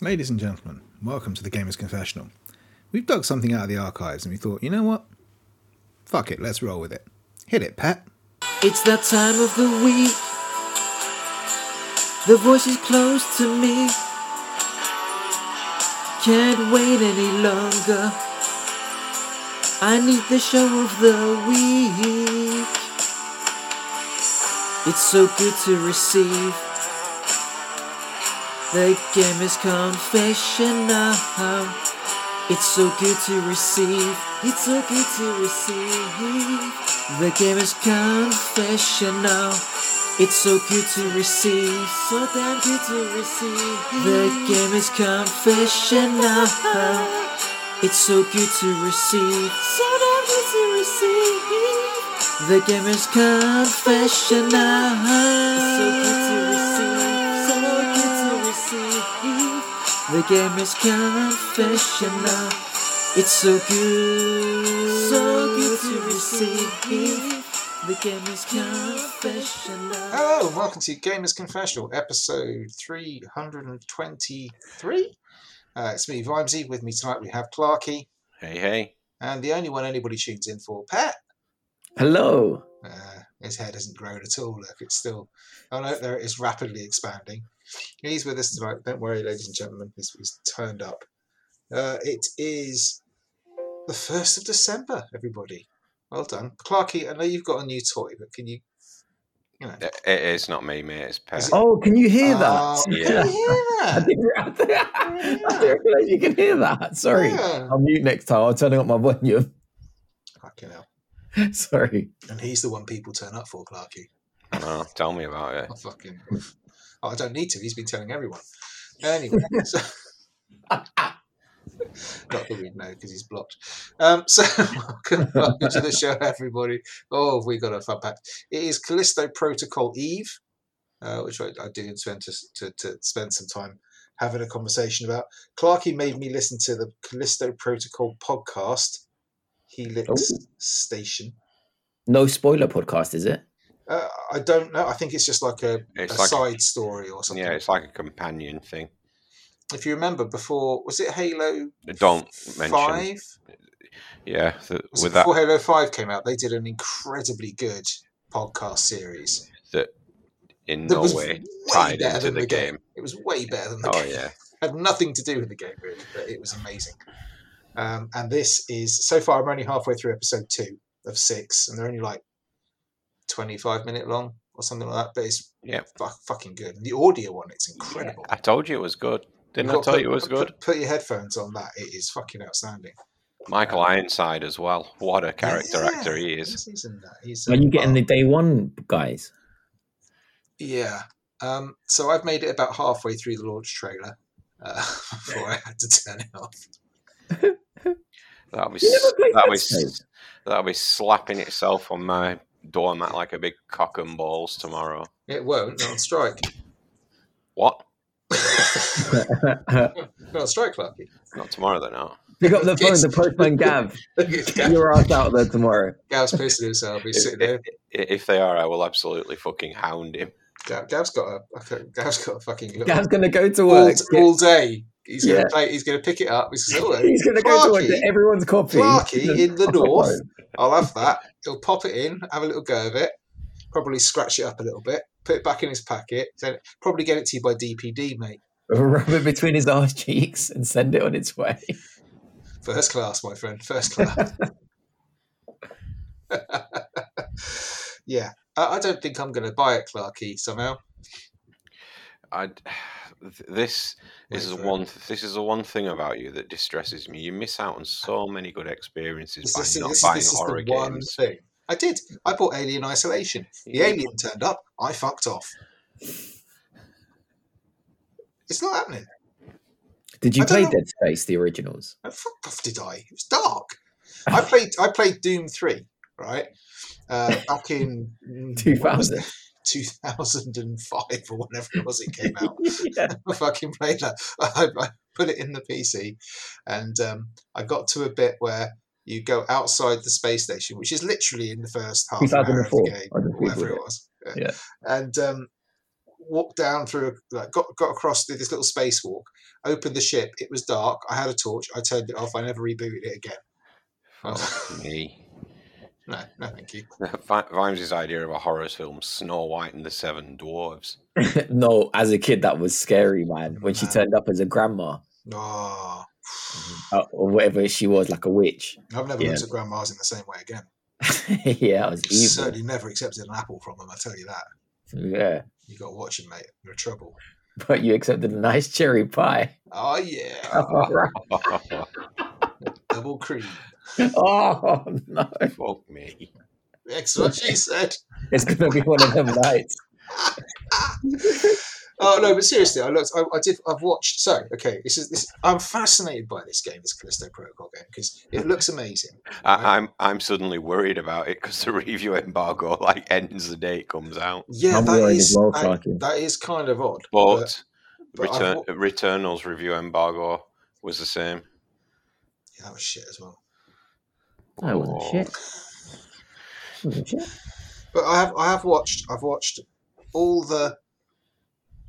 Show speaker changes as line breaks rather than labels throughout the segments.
Ladies and gentlemen, welcome to the Gamers Confessional. We've dug something out of the archives and we thought, you know what? Fuck it, let's roll with it. Hit it, Pat.
It's that time of the week. The voice is close to me. Can't wait any longer. I need the show of the week. It's so good to receive the gamer's confessional. It's so good to receive. It's so good to receive the gamer's confessional. It's so good to receive. So damn good to receive the gamer's confessional. It's so good to receive. So damn good to receive. The gamer's confessional. So good to receive. So good to receive. The gamer's confessional. It's so good. So good to receive. The gamer's confessional.
Hello, and welcome to Gamers Confessional, episode 323. Uh, it's me, Vimesy. With me tonight, we have Clarky,
Hey, hey.
and the only one anybody tunes in for, Pat.
Hello.
Uh, his hair doesn't grow at all. Look, it's still. Oh no, there it is, rapidly expanding. He's with us tonight. Don't worry, ladies and gentlemen, he's, he's turned up. Uh, it is the first of December, everybody. Well done, Clarky. I know you've got a new toy, but can you? You know,
It- It's not me, mate. It's Pat.
Is it-
Oh, can you hear
Oh,
that?
can you
Yeah.
I
hear that?
didn't, I didn't- I didn't realize you can hear that. Sorry.
Yeah.
I'll mute next time. I'm turning up my volume.
Fucking hell.
Sorry.
And he's the one people turn up for, Clarky.
I know. Tell me about it.
I fucking. Oh, I don't need to. He's been telling everyone. Anyway, so, not that we know because he's blocked. Um, so welcome, welcome to the show, everybody. Oh, have we got a fun pack. It is Callisto Protocol Eve, uh, which I, I do intend to, to, to spend some time having a conversation about. Clarky made me listen to the Callisto Protocol podcast, Helix
Oh.
Station.
No spoiler podcast, is it?
Uh, I don't know. I think it's just like a, a
It's like
side story or something.
yeah, it's like a companion thing.
if you remember before, was it Halo
Don't mention.
Five?
Yeah, th-
Was it
with that,
before Halo Five came out, they did an incredibly good podcast series.
in
that
no
was
way
way
tied
better
into
than
the game.
It was way better than the
Oh
game.
yeah,
Had nothing to do with the game really, but it was amazing. Um, and this is so far. I'm only halfway through episode two of six, and they're only like 25 minute long or something like that. But it's
Yep.
fu- fucking good. And the audio on it's incredible.
I told you it was good. Didn't
You've
I
got to
tell
put-
you it was
put-
good?
Put your headphones on. That it is fucking outstanding.
Michael Ironside as well. What a character
Yeah,
actor he is.
He's in that. He's uh,
Are
in
you getting
Marvel.
the day one guys?
Yeah. Um, so I've made it about halfway through the launch trailer uh, before I had to turn it off.
That'll be
You never
s-
played
that'll be
Dead
s- that'll be slapping itself on my doormat like a big cock and balls tomorrow.
It won't. Not on strike.
What?
Pick
not on strike, Clarky.
Not tomorrow, then. No.
up the phone,
Yes.
the postman Gav.
Look, it's
Get
Gav,
your ass out there tomorrow.
Gav's pissing himself. He's sitting there.
I- If they are, I will absolutely fucking hound him.
Gav, Gav's got a okay, Gav's got a fucking little-
Gav's going to go to
all,
work.
all day. He's gonna
Yeah.
play. He's gonna pick it up. He's gonna, say,
He's going to go to work
Clarky-
to everyone's copy.
Clarky in the
Oh,
north. "Oh, I'll have that. He'll pop it in, have a little go of it, probably scratch it up a little bit, put it back in his packet, then probably get it to you by DPD, mate.
Rub it between his arse cheeks and send it on its way.
First class, my friend. First class. yeah, I, I don't think I'm going to buy it, Clarky. Somehow,
I this
Wait
is the
for it.
one this is the one thing about you that distresses me. You miss out on so many good experiences
Ah. this,
by
this,
not
this,
buying
this is
horror
the one
games.
thing I did. I bought Alien Isolation. The alien turned up. I fucked off. It's not happening.
Did you
I don't
play
know.
Dead Space, the originals?
Oh, fuck off did I? It was dark. I played I played Doom Three, right? Uh, back in mm, what was
2000.
two thousand and five or whenever it was it came out.
yeah.
I fucking played that. I, I put it in the PC, and um, I got to a bit where you go outside the space station, which is
Oh,
literally in the first half an hour of
2004.
the game,
I just
whatever
googled
it
it.
was.
Yeah.
And um, walked down through, like, got got across through this little spacewalk, opened the ship. It was dark. I had a torch. I turned it off. I never rebooted it again.
Oh.
Fuck me.
No, no, thank you.
Vimes' idea of a horror film, Snow White and the Seven Dwarves.
no, as a kid, that was scary, man. When she
Man.
turned up as a grandma
Oh,
uh, or whatever she was, like a witch.
I've never
Yeah.
looked at grandmas in the same way again.
yeah, that was evil.
Certainly never accepted an apple from them. I tell you that.
Yeah,
You got to watch them, mate. You're in trouble.
but you accepted a nice cherry pie.
Oh yeah,
oh
double cream.
Oh, no,
Fuck me.
That's what she said.
it's gonna be one of them nights.
Oh no, but seriously, I looked. I, I did. I've watched. So okay, this is this. I'm fascinated by this game, this Callisto Protocol game, because it looks amazing.
I, I'm I'm suddenly worried about it because the review embargo like ends the day it comes out.
Yeah,
I'm
that
worried as
is
well,
that-
crikey.
that is kind of odd.
But,
but I've
Return,
wa-
Returnal's review embargo was the same.
yeah, that was oh, shit as well.
That wasn't
Oh.
shit. Wasn't shit.
But I have I have watched I've watched all the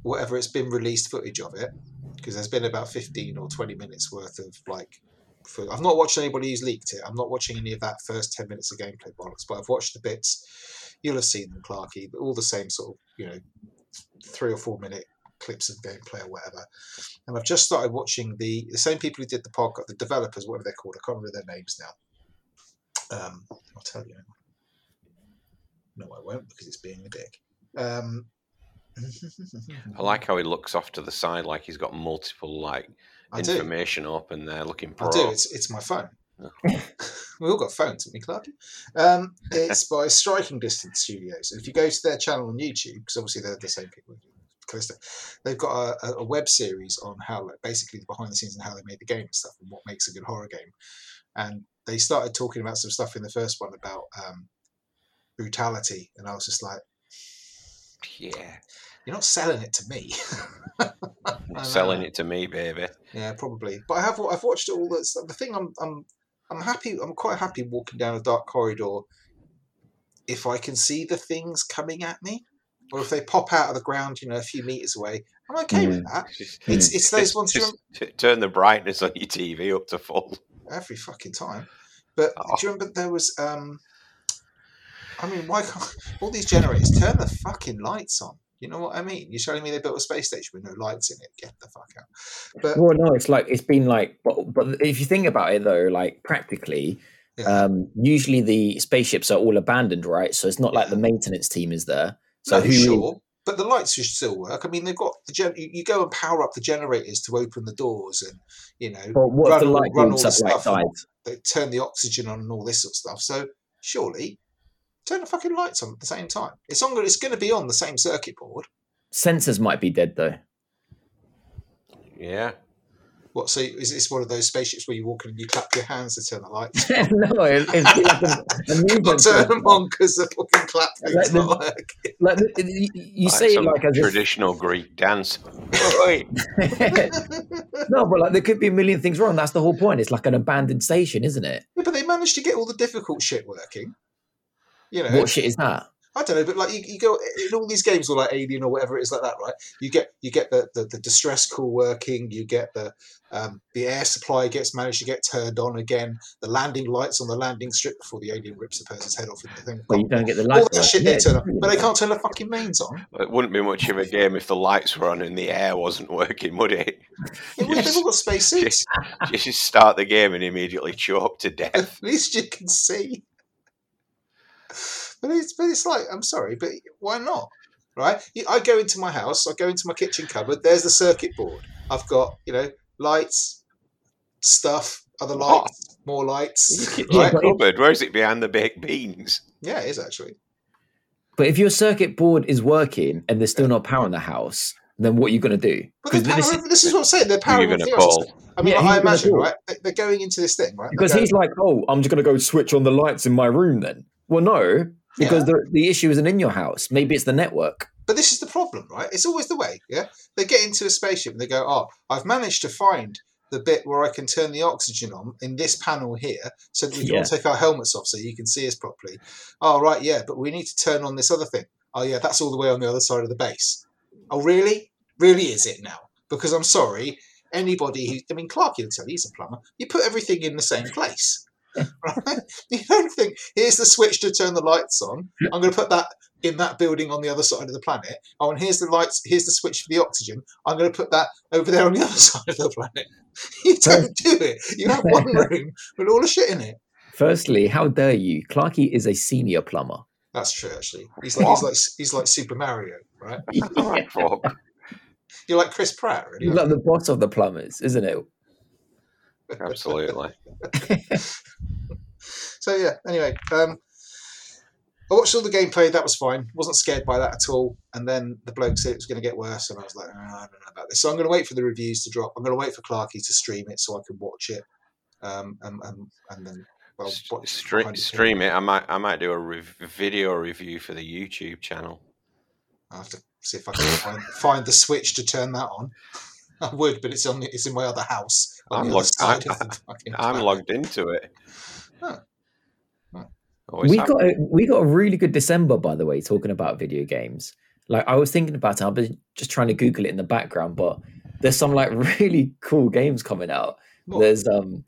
whatever it's been released footage of it because there's been about fifteen or twenty minutes worth of like. fo- I've not watched anybody who's leaked it. I'm not watching any of that first ten minutes of gameplay bollocks, but I've watched the bits. You'll have seen them, Clarky, but all the same sort of you know three or four minute clips of gameplay or whatever. And I've just started watching the the same people who did the podcast, the developers, whatever they're called. I can't remember their names now. Um, I'll tell you. No, I won't because it's being a dick. Um, Hmm.
I like how he looks off to the side like he's got multiple like
I do.
information open there looking pro.
I do. It's, it's my phone. we all got phones, haven't we, Clark? Um, it's by Striking Distance Studios. If you go to their channel on YouTube, because obviously they're the same people, who do Callisto, they've got a, a web series on how, like, basically the behind the scenes and how they made the game and stuff, and what makes a good horror game. And they started talking about some stuff in the first one about um, brutality, and uh, I was just like,
Yeah.
"You're not selling it to me." I
Selling
know.
it to me, baby.
Yeah, probably. But I have I've watched all that. stuff. The thing I'm I'm I'm happy. I'm quite happy walking down a dark corridor if I can see the things coming at me, or if they pop out of the ground, you know, a few meters away. I'm okay with that. It's it's those ones you
Just t- turn the brightness on your TV up to full.
remember every fucking time. But
Oh.
do you remember there was um? I mean, why can't all these generators turn the fucking lights on? You know what I mean? You're telling me they built a space station with no lights in it. Get the fuck out. But
Well, no, it's like it's been like, but, but if you think about it though, like practically,
Yeah.
um, usually the spaceships are all abandoned, right? So it's not like the
Yeah.
maintenance team is there. So
no,
who?
sure, but the lights should still work. I mean, they've got the gen- you, you go and power up the generators to open the doors, and you know
Well, what if the
Run-
light
run
bulbs
all
up
the
like
stuff
died?
they turn the oxygen on and all this sort of stuff. So surely turn the fucking lights on at the same time. It's on. It's going to be on the same circuit board.
Sensors might be dead though.
Yeah.
What? So is this one of those spaceships where you walk in and you clap your hands to turn the lights?
no, it- it's been like a, a
Not
movement.
turn them on because uh, the fucking clap thing's
Like the-
not working.
Like, the- you you
Like
say it
some
like as if
traditional Greek dance.
no, but like there could be a million things wrong. That's the whole point. It's like an abandoned station, isn't it?
Yeah, but they managed to get all the difficult shit working. You know,
What shit is that?
I don't know, but like you, you go in all these games, or like Alien or whatever it is like that, right? You get you get the, the, the distress call working, you get the um, the air supply gets managed to get turned on again, the landing lights on the landing strip before the alien rips the person's head off in the thing.
Well, you don't get the light.
all that shit they turn on, but they
can't.
can't turn the fucking mains on.
It wouldn't be much of a game if the lights were on and the air wasn't working, would it?
They've all- they've all got spacesuits.
Just, just start the game and immediately choke to death.
At least you can see. But it's but it's like I'm sorry, but why not? Right? You- I go into my house. I go into my kitchen cupboard. There's the circuit board. I've got you know lights, stuff, other
What?
lights, more lights.
Yeah,
Like
but-
cupboard, where is it behind the baked beans?
Yeah, it is actually.
But if your circuit board is working and there's still no power in the house, then what are you going to do?
But they're
Because
powering,
this
this,
is-
is, what I'm saying. They're
Who are you going
powering
to
everything else.
call?
I mean,
Yeah,
like,
who you
I
gonna
imagine
call?
right. they- They're going into this thing right. They're
because
going-
he's like, oh, I'm just going to go switch on the lights in my room then. Well, no, because the, the issue isn't in your house. Maybe it's the network.
But this is the problem, right? It's always the way. Yeah, they get into a spaceship and they go, "Oh, I've managed to find the bit where I can turn the oxygen on in this panel here, so that we can all
Yeah.
take our helmets off, so you can see us properly." Oh, right, yeah, but we need to turn on this other thing. Oh, yeah, that's all the way on the other side of the base. Oh, really? Really is it now? Because I'm sorry, anybody who, I mean, Clark, you'll tell you, he's a plumber, you put everything in the same place. right? You don't think, here's the switch to turn the lights on. I'm going to put that in that building on the other side of the planet. Oh, and here's the lights, here's the switch for the oxygen. I'm going to put that over there on the other side of the planet. You don't do it. You have one room with all the shit in it.
Firstly, how dare you? Clarky is a senior plumber.
That's true, actually. He's like, he's like, he's like Super Mario, right?
Right, fuck.
You're like Chris Pratt, really.
He's like the boss of the plumbers, isn't it?
Absolutely.
So yeah. Anyway, um, I watched all the gameplay. That was fine. Wasn't scared by that at all. And then the bloke said it was going to get worse, and I was like, "Ah, I don't know about this. So I'm going to wait for the reviews to drop. I'm going to wait for Clarkey to stream it so I can watch it. Um, and, and and then well,
S-
watch
Stream,
behind the
stream it. I might I might do a rev- video review for the YouTube channel.
I have to see if I can find, find the switch to turn that on. I would, but it's on it's in my other house. on
I'm
the other
locked-
side
I-
of the fucking
I'm
planet.
logged into it.
Huh. Huh.
Always
we
have.
got a, we got a really good December, by the way, talking about video games. Like I was thinking about it, I've been just trying to Google it in the background, but there's some like really cool games coming out.
Well,
There's um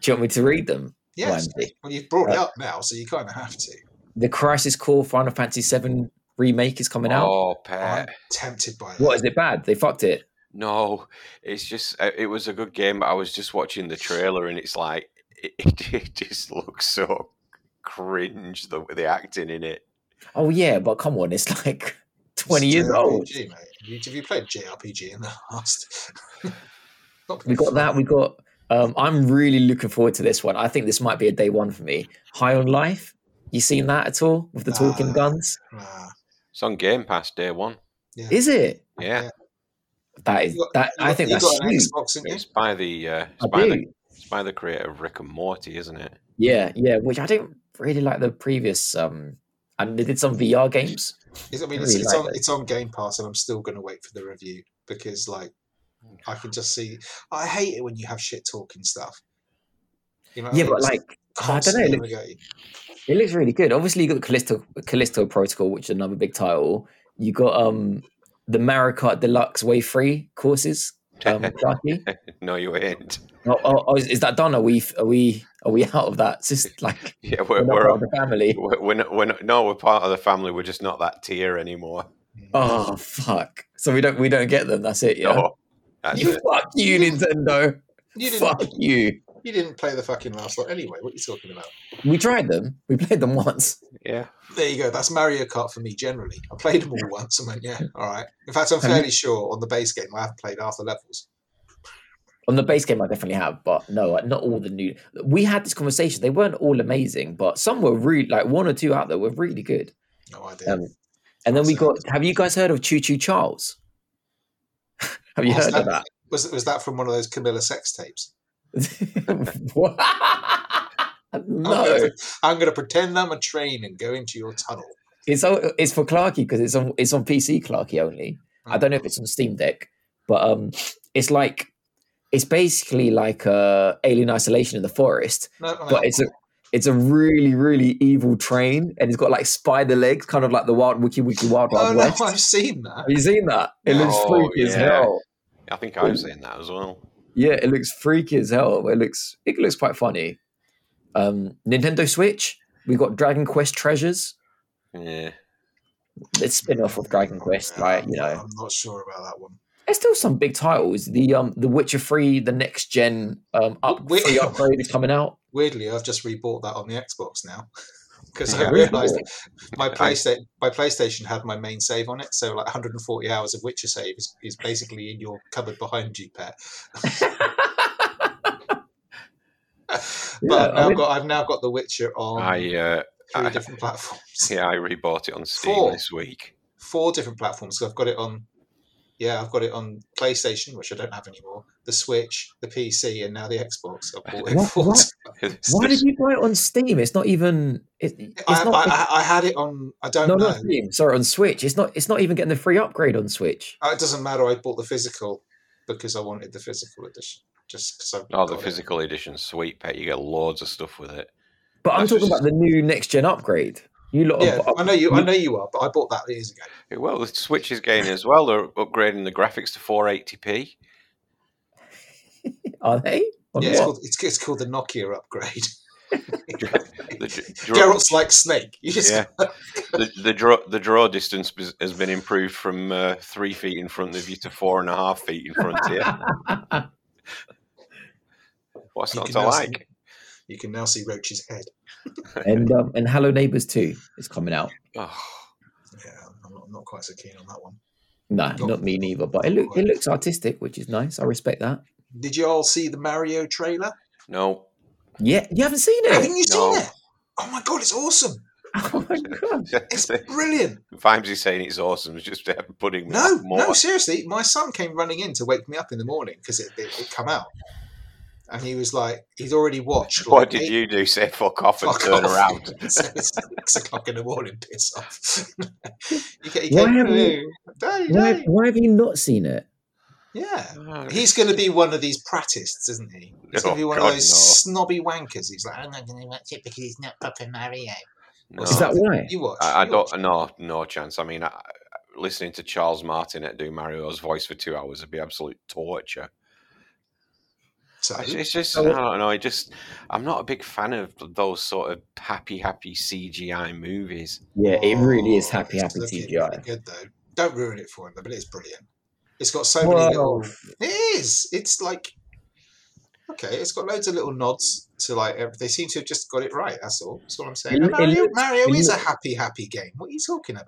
do you want me to read them?
yes.
Randy?
Well, you've brought it
Uh,
up now, so you kind of have to.
The Crisis Core Final Fantasy VII remake is coming out.
Oh, Pat.
I'm tempted
Oh.
by that.
What is it bad? They fucked it.
No, it's just uh, it was a good game, but I was just watching the trailer and it's like it, it, just looks so cringe the the acting in it.
Oh yeah, but come on, it's like twenty
It's
years old.
JRPG, mate. Have you, have you played JRPG in the past? Not
We got that. We got. Um, I'm really looking forward to this one. I think this might be a day one for me. High on life. You seen that at all with the talking
Ah.
guns?
Ah,
It's on Game Pass day one.
yeah.
Is it?
Yeah,
That is
You got-
that.
you
I
got-
think
you
that's
got an
huge.
Xbox, didn't you?
it's by the uh, it's,
I
by the,
do.
it's by the creator of Rick and Morty, isn't it?
Yeah, yeah. Which I didn't really like the previous. Um, and they did some VR games.
It's- I mean,
I
it's,
really
it's
like
on
that.
it's on Game Pass, and I'm still going to wait for the review because, like, I can just see. I hate it when you have shit talking stuff. You know, what I
Yeah,
mean?
but
Uh, It's
like I don't know.
constantly
It
in
looks,
the game.
it looks really good. Obviously, you got Callisto Callisto Protocol, which is another big title. You got um the Mario Kart Deluxe Way Free courses. Um, Sharky.
No, you ain't.
Oh, oh, oh, is, is that done? Are we are we are we out of that? It's Just like
Yeah, we're
we're not
we're,
part of the family.
we're, we're, not, we're not, no, we're part of the family. We're just not that tier anymore.
Oh fuck! So we don't we don't get them. That's it. Yeah.
Oh,
No, that's
you
it.
fuck you, Nintendo.
You
fuck
didn't
you.
you didn't play the fucking last lot anyway. What are you talking about?
We tried them. We played them once.
Yeah,
There you go. That's Mario Kart for me generally. I played them all once and went, yeah, all right. In fact, I'm
Have you-
fairly sure on the base game I have played half the levels.
On the base game, I definitely have, but no, not all the new. We had this conversation. They weren't all amazing, but some were really like one or two out there were really good.
No idea.
Um, and then we got.
Awesome.
Have you guys heard of Choo Choo Charles? have you
What's
heard of that?
Was was that from one of those Camilla sex tapes?
What?
I'm
no,
gonna, I'm gonna pretend I'm a train and go into your tunnel.
it's o- it's for Clarky because it's on it's on PC Clarky only.
Hmm.
I don't know if it's on Steam Deck, but um, it's like it's basically like uh, Alien Isolation in the forest,
No, no,
but it's a it's a really really evil train, and it's got like spider legs, kind of like the Wild Wiki Wiki Wild
no,
Wild
Oh, no,
West.
I've seen that.
Have you seen that? It looks
No,
freaky as
yeah.
hell.
I think I've seen that as well.
Yeah, it looks freaky as hell. It looks it looks quite funny. Um, Nintendo Switch, we got Dragon Quest Treasures.
Yeah,
It's spin off of Dragon Quest, like you know.
I'm not sure about that one.
There's still some big titles. The um The Witcher 3, the next gen um up
Wait-
free upgrade is coming out.
Weirdly, I've just rebought that on the Xbox now because I
Yeah.
realised my
I-
PlayStation my PlayStation had my main save on it, so like 140 hours of Witcher save is, is basically in your cupboard behind you, Pat. but
Yeah,
I've,
I
now
mean-
got, I've now got The Witcher on
I uh,
Oh. three
I-
different platforms.
yeah I rebought it on Steam
Four.
this week.
four different platforms. So I've got it on, yeah, I've got it on PlayStation, which I don't have anymore, the Switch, the PC, and now the Xbox. I've bought it
What-
four
what?
times.
It's
Why
just-
did you buy it on Steam? It's not even it, it's
I,
not
I, I, I had it on, I don't
no,
know.
not Steam. Sorry, on Switch. It's not it's not even getting the free upgrade on Switch.
Uh, It doesn't matter. I bought the physical because I wanted the physical edition. Just because I
Oh, the
got it.
physical edition, sweet pet. You get loads of stuff with it.
But I'm
That's
talking
just-
about the new next gen upgrade. You lot.
Yeah,
are,
I know you. I know you are, but I bought that years ago.
Well, the Switch is gaining as well. They're upgrading the graphics to 480p.
Are they? On
Yeah, it's
what?
called, it's, it's called the Nokia upgrade.
The, d- draw,
Geralt's like Snake. You just
yeah, the, the draw the draw distance bes- has been improved from uh, three feet in front of you to four and a half feet in front of you. What's
You
not
can
to
now see-
like?
you can now see Roach's head.
and um, and Hello Neighbors too is coming out.
Oh,
Yeah, I'm not, I'm not quite so keen on that one.
No,
Not-
not me neither. But it look, it looks artistic, which is nice. I respect that.
Did you all see the Mario trailer?
no.
Yeah, you haven't seen
Haven't
it.
you
No.
seen it? Oh my god, it's awesome!
Oh my god!
It's brilliant.
Vimesy's saying it's awesome. It's just uh, putting me
No,
off more.
no, seriously. My son came running in to wake me up in the morning because it, it, it come out, and he was like, he'd already watched.
What
like,
did
eight-
you do? Say fuck off and
Fuck
turn
off.
around.
So it's six o'clock in the morning. Piss off. he, ca- he
Why
came,
haven't you-
"Hey,
Why,
hey."
why have you not seen it?
Yeah.
No,
He's going to be one of these pratists, isn't he? He's going
Oh,
to be one
God,
of those
no.
snobby wankers. He's like, I'm not going to watch it because it's not Papa Mario.
no.
Is that why?
You watch.
I, I
you watch.
don't. No, no chance. I mean, I, I- listening to Charles Martinet do Mario's voice for two hours would be absolute torture.
So,
It's, it's just,
So-
I don't know. I just, I'm not a big fan of those sort of happy, happy CGI movies.
Yeah, it really is
Oh,
happy,
it's
happy
looking really
CGI.
good though. Don't ruin it for him, though, but it's brilliant. It's got so many
Whoa.
little. It is. It's like okay. It's got loads of little nods to like. ev- They seem to have just got it right. That's all. That's all I'm saying.
It-
And
it
Mario,
looks-
Mario
it
is a
looks-
happy, happy game. What are you talking about?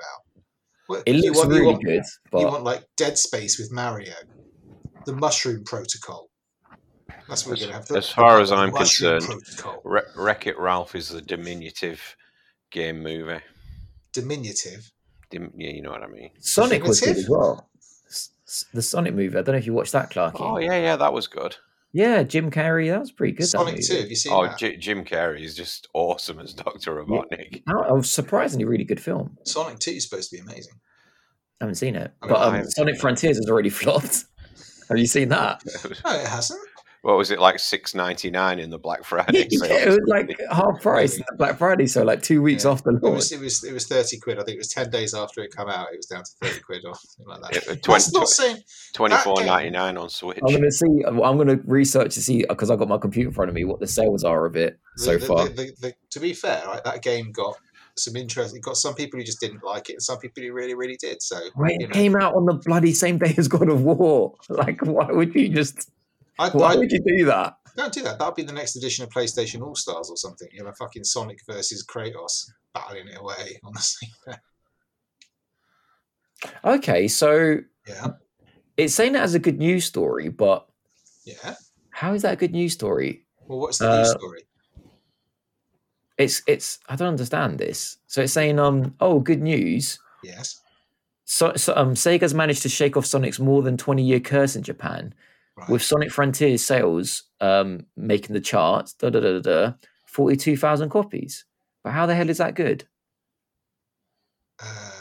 What,
It looks
want,
really
want,
good,
You
but
want like Dead Space with Mario, the Mushroom Protocol. That's what we're gonna have. the-
As far as
the
I'm
Mushroom
concerned,
Protocol.
Re- Wreck It Ralph is the diminutive game movie.
diminutive.
Dim- yeah, you know what I mean.
Sonic was good
Primitive?
as well. S- s- The Sonic movie. I don't know if you watched that, Clarky.
Oh yeah, yeah, that was good.
Yeah, Jim Carrey. That was pretty good. that
Sonic
movie.
Two. Have you seen
Oh,
that?
J- Jim Carrey is just awesome as Doctor Robotnik.
That was a surprisingly really good film.
Sonic Two is supposed to be amazing.
I haven't seen it,
I
but
mean, I
um,
haven't
Sonic
seen it.
Frontiers has already flopped. Have you seen that?
No, it hasn't.
what was it like? Six ninety nine in the Black
yeah,
Friday sale.
it was like half price in the Black Friday, so like two weeks
Yeah.
after
It
launch.
was it was it was thirty quid. I think it was ten days after it come out. It was down to thirty quid or something like that.
It uh, was
That's
20
not saying
Twenty four ninety nine on Switch.
I'm gonna see. I'm gonna research to see because I've got my computer in front of me what the sales are of it
the-
so
the-
far.
The, the, the, to be fair, right, that game got some interest. It got some people who just didn't like it, and some people who really really did. So
Right,
you
it
know.
came out on the bloody same day as God of War. Like, why would you just?
I,
Why
I
would you do that?
don't do that. That'll be the next edition of PlayStation All Stars or something. You know, fucking Sonic versus Kratos battling it away. Honestly,
Okay, so
yeah,
it's saying that as a good news story, but
yeah.
how is that a good news story?
Well, what's the news
Uh,
story?
It's it's I don't understand this. So it's saying um oh good news.
Yes,
So, so um Sega's managed to shake off Sonic's more than 20 year curse in Japan
right.
with Sonic Frontiers sales um making the charts da da da da, da 42,000 copies. But how the hell is that good?
uh,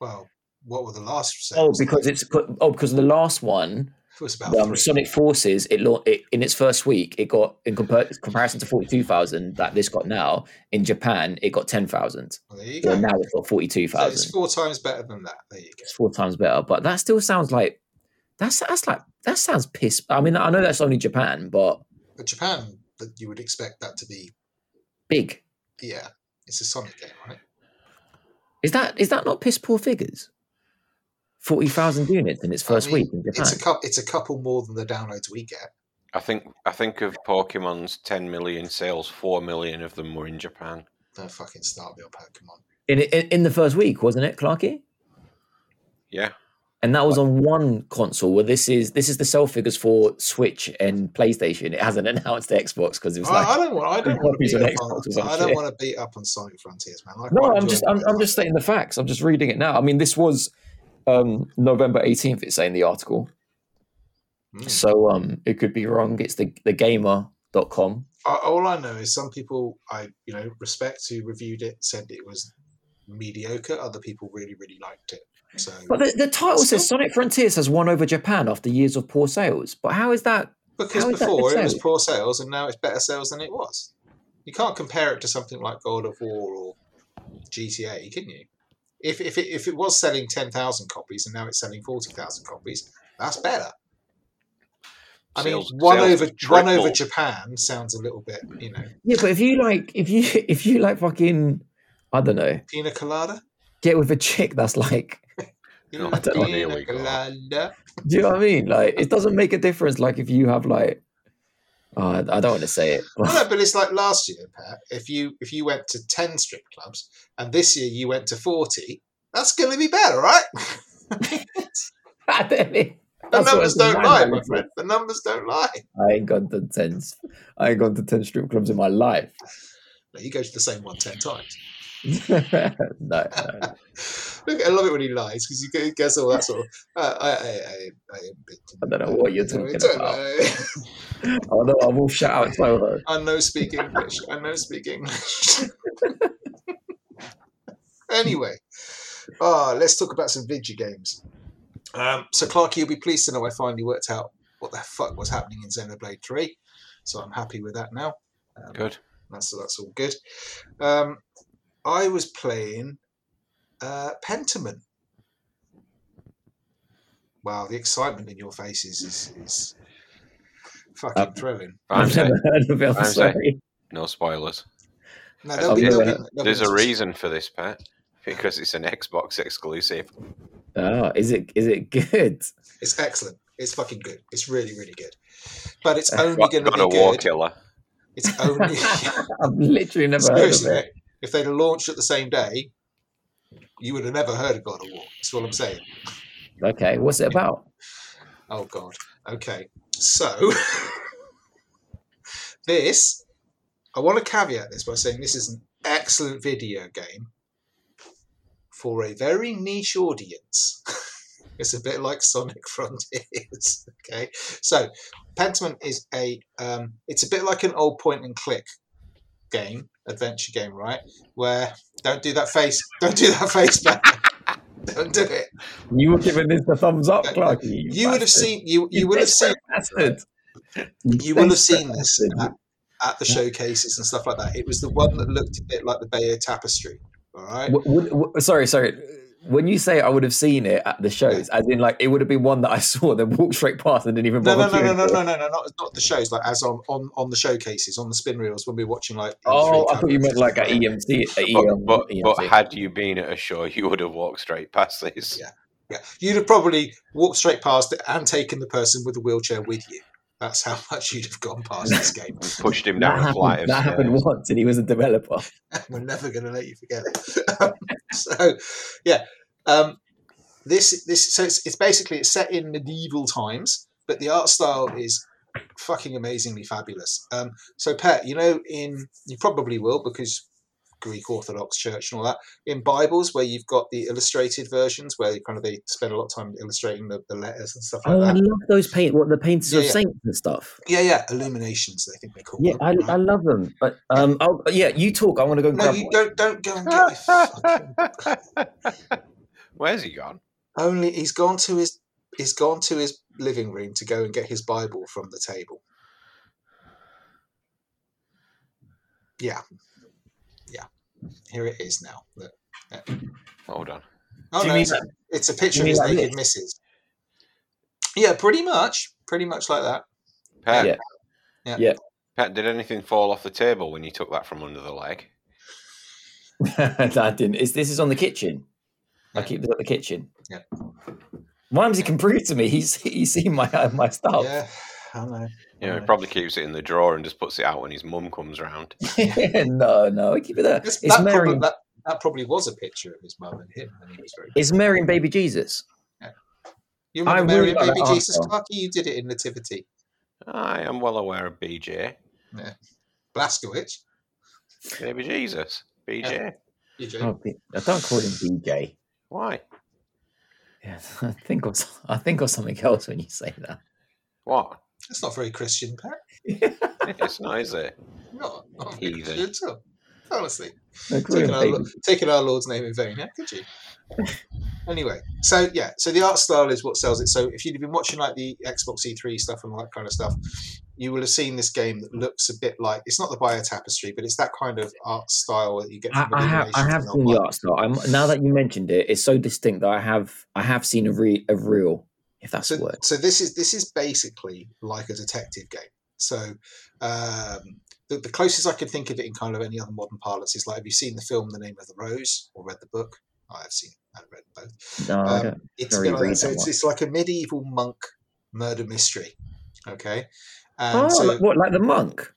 well, what were the last?
Oh,
sales?
because it's oh because the last one
it was about
um,
three.
Sonic Forces, it, lau- it in its first week, it got in compar- comparison to forty two thousand that this got now in Japan, it got ten thousand.
Well, there you
So
go.
now it's got forty two
So it's
thousand.
four times better than that. There you go.
It's four times better, but that still sounds like that's that's like that sounds piss. I mean, I know that's only Japan, but
But Japan, that you would expect that to be,
big
yeah, it's a Sonic game, right?
is that is that not piss poor figures? Forty thousand units in its first
mean,
week in Japan.
It's a couple. It's a couple more than the downloads we get.
I think I think of Pokemon's ten million sales, four million of them were in Japan.
Don't fucking start me on Pokemon.
in, in in the first week, wasn't it, Clarky?
Yeah,
and that was on one console. Where this is this is the sell figures for Switch and PlayStation. It hasn't announced the Xbox because it was
Oh, I, I
like,
don't want. I don't want to
copies
beat
on
up
Xbox or
on.
some
I don't
shit.
want to beat up on Sonic Frontiers, man. I
no,
quite
I'm
enjoy
just
that
I'm,
game.
I'm just stating the facts. I'm just reading it now. I mean, this was um, November 18th. It's saying the article,
Mm.
so um, it could be wrong. It's the the gamer.com.
I- All I know is some people I you know respect who reviewed it said it was mediocre. Other people really really liked it. So,
But the, the title says
Still-
Sonic Frontiers has won over Japan after years of poor sales. But how is that?
Because
How is that good
before it was
sales?
poor sales, and now it's better sales than it was. You can't compare it to something like God of War or GTA, couldn't you? If if it, if it was selling ten thousand copies and now it's selling forty thousand copies, that's better. I mean,
Sales-
one
sales
over one over
tripled.
Japan sounds a little bit, you know,
Yeah, but if you like, if you if you like fucking, I don't know,
pina colada.
get with a chick that's like,
You know,
I don't know.
pina
Here we go.
colada.
do you know what I mean? Like, it doesn't make a difference. Like, if you have like, oh, I I don't want to say it.
Well, no, but it's like last year, Pat. If you if you went to ten strip clubs and this year you went to forty, that's going to be better, right?
I don't know.
The
That's what
numbers
it's in
don't
my
lie,
mind.
my friend. The numbers don't lie.
I ain't gone to ten. I ain't gone to ten strip clubs in my life.
No, you go to the same one ten times.
no, no, no.
Look, I love it when he lies because you guess all that sort of. Uh, I, I, I, I,
I don't know what you're
I
talking
don't
about.
know.
Although I will shout out Soho.
I know speak English. I know speak English. anyway, ah, let's talk about some video games. Um, so, Clark, you'll be pleased to know I finally worked out what the fuck was happening in Xenoblade 3. So I'm happy with that now. Um,
Good.
That's, that's all good. Um, I was playing uh, Pentiment. Wow, the excitement in your faces is, is fucking
Um,
thrilling.
I've
I'm saying,
never heard of it. I'm
I'm sorry.
sorry.
no spoilers.
No,
I've
there'll be,
never
there'll be,
heard-
there'll be
There's a
lots of-
reason for this, Pat, because it's an Xbox exclusive.
Oh, is it is it good?
It's excellent. It's fucking good. It's really, really good. But it's
Uh,
only
Got,
going
got
to
a
be
war
good.
killer.
It's only
I've literally never heard of
seriously.
it.
mate, If they'd have launched at the same day, you would have never heard of God of War. That's all I'm saying.
Okay, what's it about?
Oh God. Okay. So this, I want to caveat this by saying this is an excellent video game for a very niche audience. it's a bit like Sonic Frontiers. okay. So Pentiment is a, um, it's a bit like an old point and click game, adventure game, right? Where don't do that face, don't do that face, man. don't do it.
You were giving this the thumbs up, Clarky. You,
You would have
bastard.
seen, you you would have seen.
desperate bastard.
you will have seen this at,
Bastard.
at the showcases and stuff like that. It was the one that looked a bit like the Bayeux Tapestry. All right.
W- would- w- sorry, sorry. When you say I would have seen it at the shows, as in like it would have been one that I saw, then walked straight past and didn't even
No,
bother.
no, no, no,
queuing
no,
for.
no, no, no, not, not the shows. Like as on, on on the showcases, on the spin reels when we were watching like.
Oh,
E3
I thought you
covers
meant
and
like
stuff
at
that.
EMT. At
But,
EM,
but,
EMT.
but had you been at a show, you would have walked straight past this.
Yeah. Yeah, you'd have probably walked straight past it and taken the person with the wheelchair with you. That's how much you'd have gone past this game.
and pushed him
that
down a
happened,
flight of
that happened
stairs.
once, and he was a developer.
We're never going to let you forget it. so, yeah, um, this this so it's, it's basically it's set in medieval times, but the art style is fucking amazingly fabulous. Um, so, Pat, you know, in you probably will because Greek Orthodox Church and all that in Bibles where you've got the illustrated versions where you kind of they spend a lot of time illustrating the, the letters and stuff like
Oh, I
that.
love those paint. What the painters
Yeah,
of
yeah.
saints and stuff.
Yeah, yeah, illuminations they think they call
Yeah,
them.
I,
right?
I love them. But um, I'll, yeah, you talk. I want to go and
no,
grab
you
one.
don't don't go and get your fucking
Where's he gone?
only he's gone to his he's gone to his living room to go and get his bible from the table yeah yeah here it is now Look.
Hold on.
oh
Do you
no
mean
it's, a, it's a picture of
mean
his
like
naked missus yeah pretty much pretty much like that
Pat,
Yeah.
Yeah.
Yeah.
Pat, did anything fall off the table when you took that from under the leg?
No, I didn't. It's, this is on the kitchen. I
Yeah.
keep this at the kitchen.
Yeah.
Mimesy can prove to me. He's he's seen my uh, my stuff.
yeah i know
Yeah, he
Right.
probably keeps it in the drawer and just puts it out when his mum comes round.
no, no, I keep it there.
That's-
it's
that,
Mary.
probably, that, that probably was a picture of his mum and him when he was very
It's Mary and Baby Jesus.
you
I
remember
really
mary and
like that
baby
art
jesus
style.
clarky you did it in nativity
I am well aware of BJ.
blaskowicz
Baby Jesus. BJ.
you do.
Oh, B- I don't call him DJ.
Why?
Yeah, I think of s- I think of something else when you say that.
What?
that's not very christian pat
It's not, is it?
No, not
Heathen.
at all. Honestly,
I call
taking
him
our,
baby.
lo- taking our Lord's name in vain, how could you? anyway, so yeah, so the art style is what sells it. So if you'd been watching like the Xbox E3 stuff and all that kind of stuff, you will have seen this game that looks a bit like it's not the biotapestry, but it's that kind of art style that you get.
I,
From
I have, I
Illuminations
have
and
seen
all
the
that.
art style. I'm, now that you mentioned it, it's so distinct that I have, I have seen a re, a reel, if that's
So,
the word.
so this is this is basically like a detective game. So um, the, the closest I can think of it in kind of any other modern parlance is like, have you seen the film The Name of the Rose or read the book? I have seen and read both.
No, I
Um,
don't.
it's a
Very
bit like that.
read
So
that
it's,
one.
it's like a medieval monk murder mystery. Okay. And
Oh,
so,
like, what? Like the monk?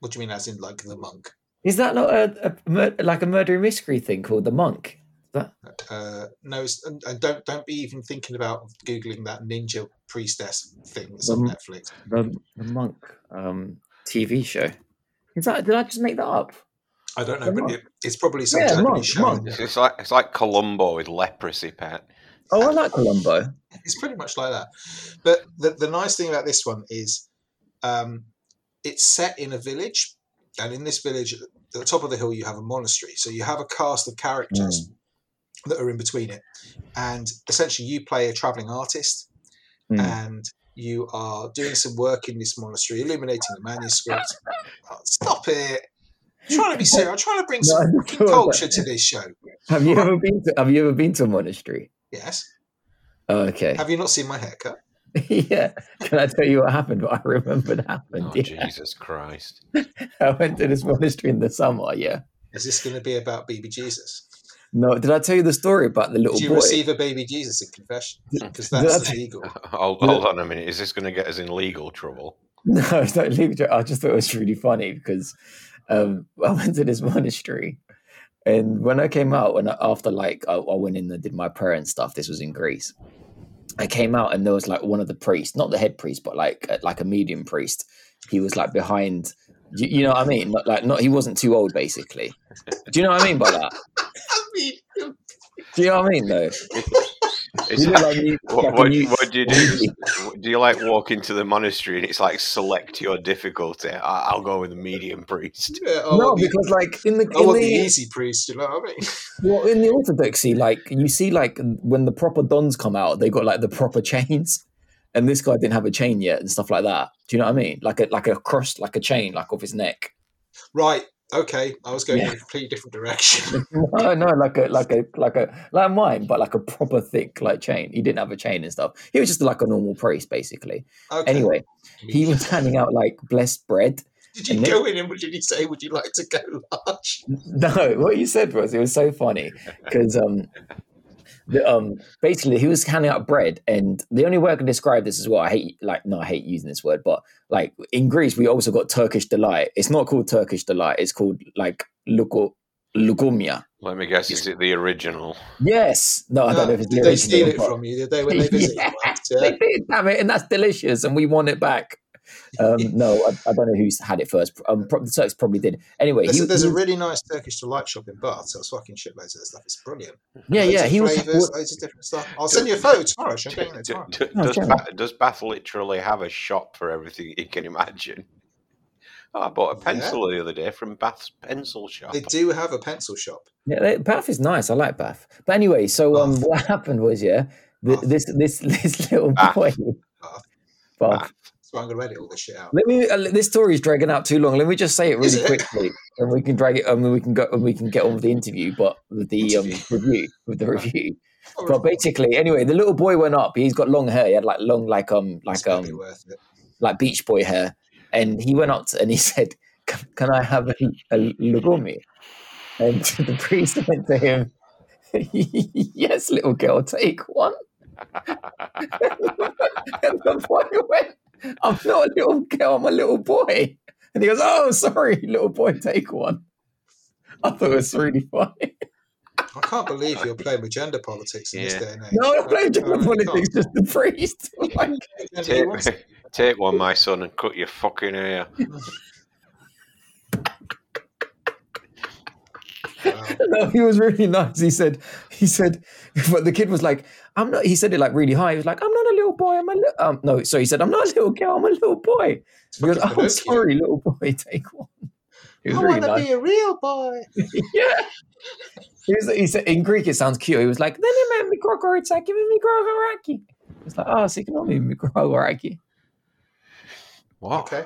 what do you mean, as in like the monk?
Is that not a, a mur- like a murder mystery thing called the monk?
Uh, no, it's, and, and don't don't be even thinking about googling that ninja priestess thing that's on
Um,
Netflix.
The, the monk um, TV show. Is that? Did I just make that up?
I don't know,
The
but
monk.
it, it's probably some
Yeah, monk,
Japanese show.
monk.
It's, it's like it's like Columbo with leprosy, Pat.
Oh, I like Columbo.
It's pretty much like that. But the, the nice thing about this one is um, it's set in a village, and in this village, at the top of the hill, you have a monastery. So you have a cast of characters
Mm.
that are in between it. And essentially, you play a traveling artist
Mm.
and you are doing some work in this monastery, illuminating the manuscript. Oh, stop it. I'm trying to be serious. I'm trying to bring
No, I
some
just thought
fucking
that-
culture to this show.
Have you ever been to? Have you ever been to a monastery?
Yes.
Oh, okay.
Have you not seen my haircut?
yeah. Can I tell you what happened? What I remember that happened.
Oh,
yeah.
Jesus Christ!
I went to this monastery in the summer. Yeah.
Is this going to be about baby Jesus?
No, did I tell you the story about the little
Did you
Oh, boy?
receive a baby Jesus in confession? Because that's
That's-
illegal.
Hold, hold on a minute. Is this going to get us in legal trouble?
No, it's not legal joke. I just thought it was really funny because um, I went to this monastery, and when I came out, and after like I, I went in and did my prayer and stuff. This was in Greece. I came out, and there was like one of the priests, not the head priest, but like a- like a medium priest. He was like behind. You, you know what I mean? Not, like not he wasn't too old, basically. Do you know what I mean by that?
I mean,
Do you know what I mean though?
It's
You look
like-
like you- like
what,
a
what,
youth-
what do you do? Do you like walk into the monastery and it's like select your difficulty? I, I'll go with the medium priest.
yeah, I
No,
want the-
because like in the
I
in
want the
the
easy priest, you know what I mean?
Well, in the orthodoxy, like you see, like when the proper dons come out, they got like the proper chains, and this guy didn't have a chain yet and stuff like that. Do you know what I mean? Like a like a cross, like a chain, like off his neck.
Right, okay. I was going in
Yeah.
a completely different direction.
No, no, like a like a like a like mine, but like a proper thick like chain. He didn't have a chain and stuff. He was just like a normal priest, basically.
Okay.
Anyway, he was handing out like blessed bread.
Did you
and then-
go in and what did he say? Would you like to go large?
No, what you said was it was so funny because um, the, um, basically he was handing out bread, and the only way I can describe this is well, I hate like no, I hate using this word, but like in Greece we also got Turkish delight. It's not called Turkish delight; it's called like lugu- lugumia.
Let me guess. Is it the original?
Yes, no, I don't know if
did
it's
Ah, they
the original,
steal it
but-
from you? Did they when they visit you once? Yeah.
They did, damn it, and that's delicious, and we want it back. Um, no, I, I don't know who's had it first. Um, pro- the Turks probably did. Anyway,
There's,
he-
a, there's
he
a
was-
really nice Turkish delight shop in Bath, so it's fucking shitloads of this stuff. It's brilliant.
yeah,
loads
yeah,
of
he was.
flavors, loads of different stuff. I'll send you a photo tomorrow. Sean. I'm going there
D-
tomorrow.
d-
No,
does,
Gemma.
Bath, does Bath literally have a shop for everything you can imagine? Oh, I bought a
Yeah.
pencil the other day from Bath's pencil shop.
They do have a pencil shop.
Yeah, they- Bath is nice. I like Bath. But anyway, so um,
Bath.
what happened was yeah, th-
Bath.
this this this little
Bath.
boy.
Bath.
Bath.
Bath.
So I'm going to edit all this shit out.
Let me. Uh, this story is dragging out too long. Let me just say it
Is
really
it?
quickly, and we can drag it. and we can go. And we can get on with the interview, but with the um,
Interview.
review with the review.
Oh,
But basically, anyway, the little boy went up. He's got long hair. He had like long, like um,
it's
like
gonna
um,
be worth it.
like Beach Boy hair, and he went up to, and he said, "Can, can I have a, a lugumi?" And the priest went to him, "Yes, little girl, take one." and the boy went, "I'm not a little girl, I'm a little boy." And he goes, "Oh, sorry, little boy, take one." I thought it was really funny.
I can't believe you're playing with gender politics in this
Yeah.
day and age.
No, I'm playing
I really
politics,
can't.
just the priest. Like,
Gender he
Take,
wants.
take one, my son, and cut your fucking hair.
Wow.
no, he was really nice. He said, he said, but the kid was like, I'm not, he said it like really high. He was like, I'm not a little boy. I'm a little, um, no, so he said, I'm not a little girl. I'm a little boy.
It's
He goes,
fucking
oh,
Pinocchio.
sorry, little boy, take one. He
I
was really
want to
nice.
be a real boy.
yeah. He, was, he said in Greek it sounds cute. He was like, "Nene me mikrogoritsaki me mikrogoraki." It's like, "Oh, signal me mikrogoraki."
What?
Okay.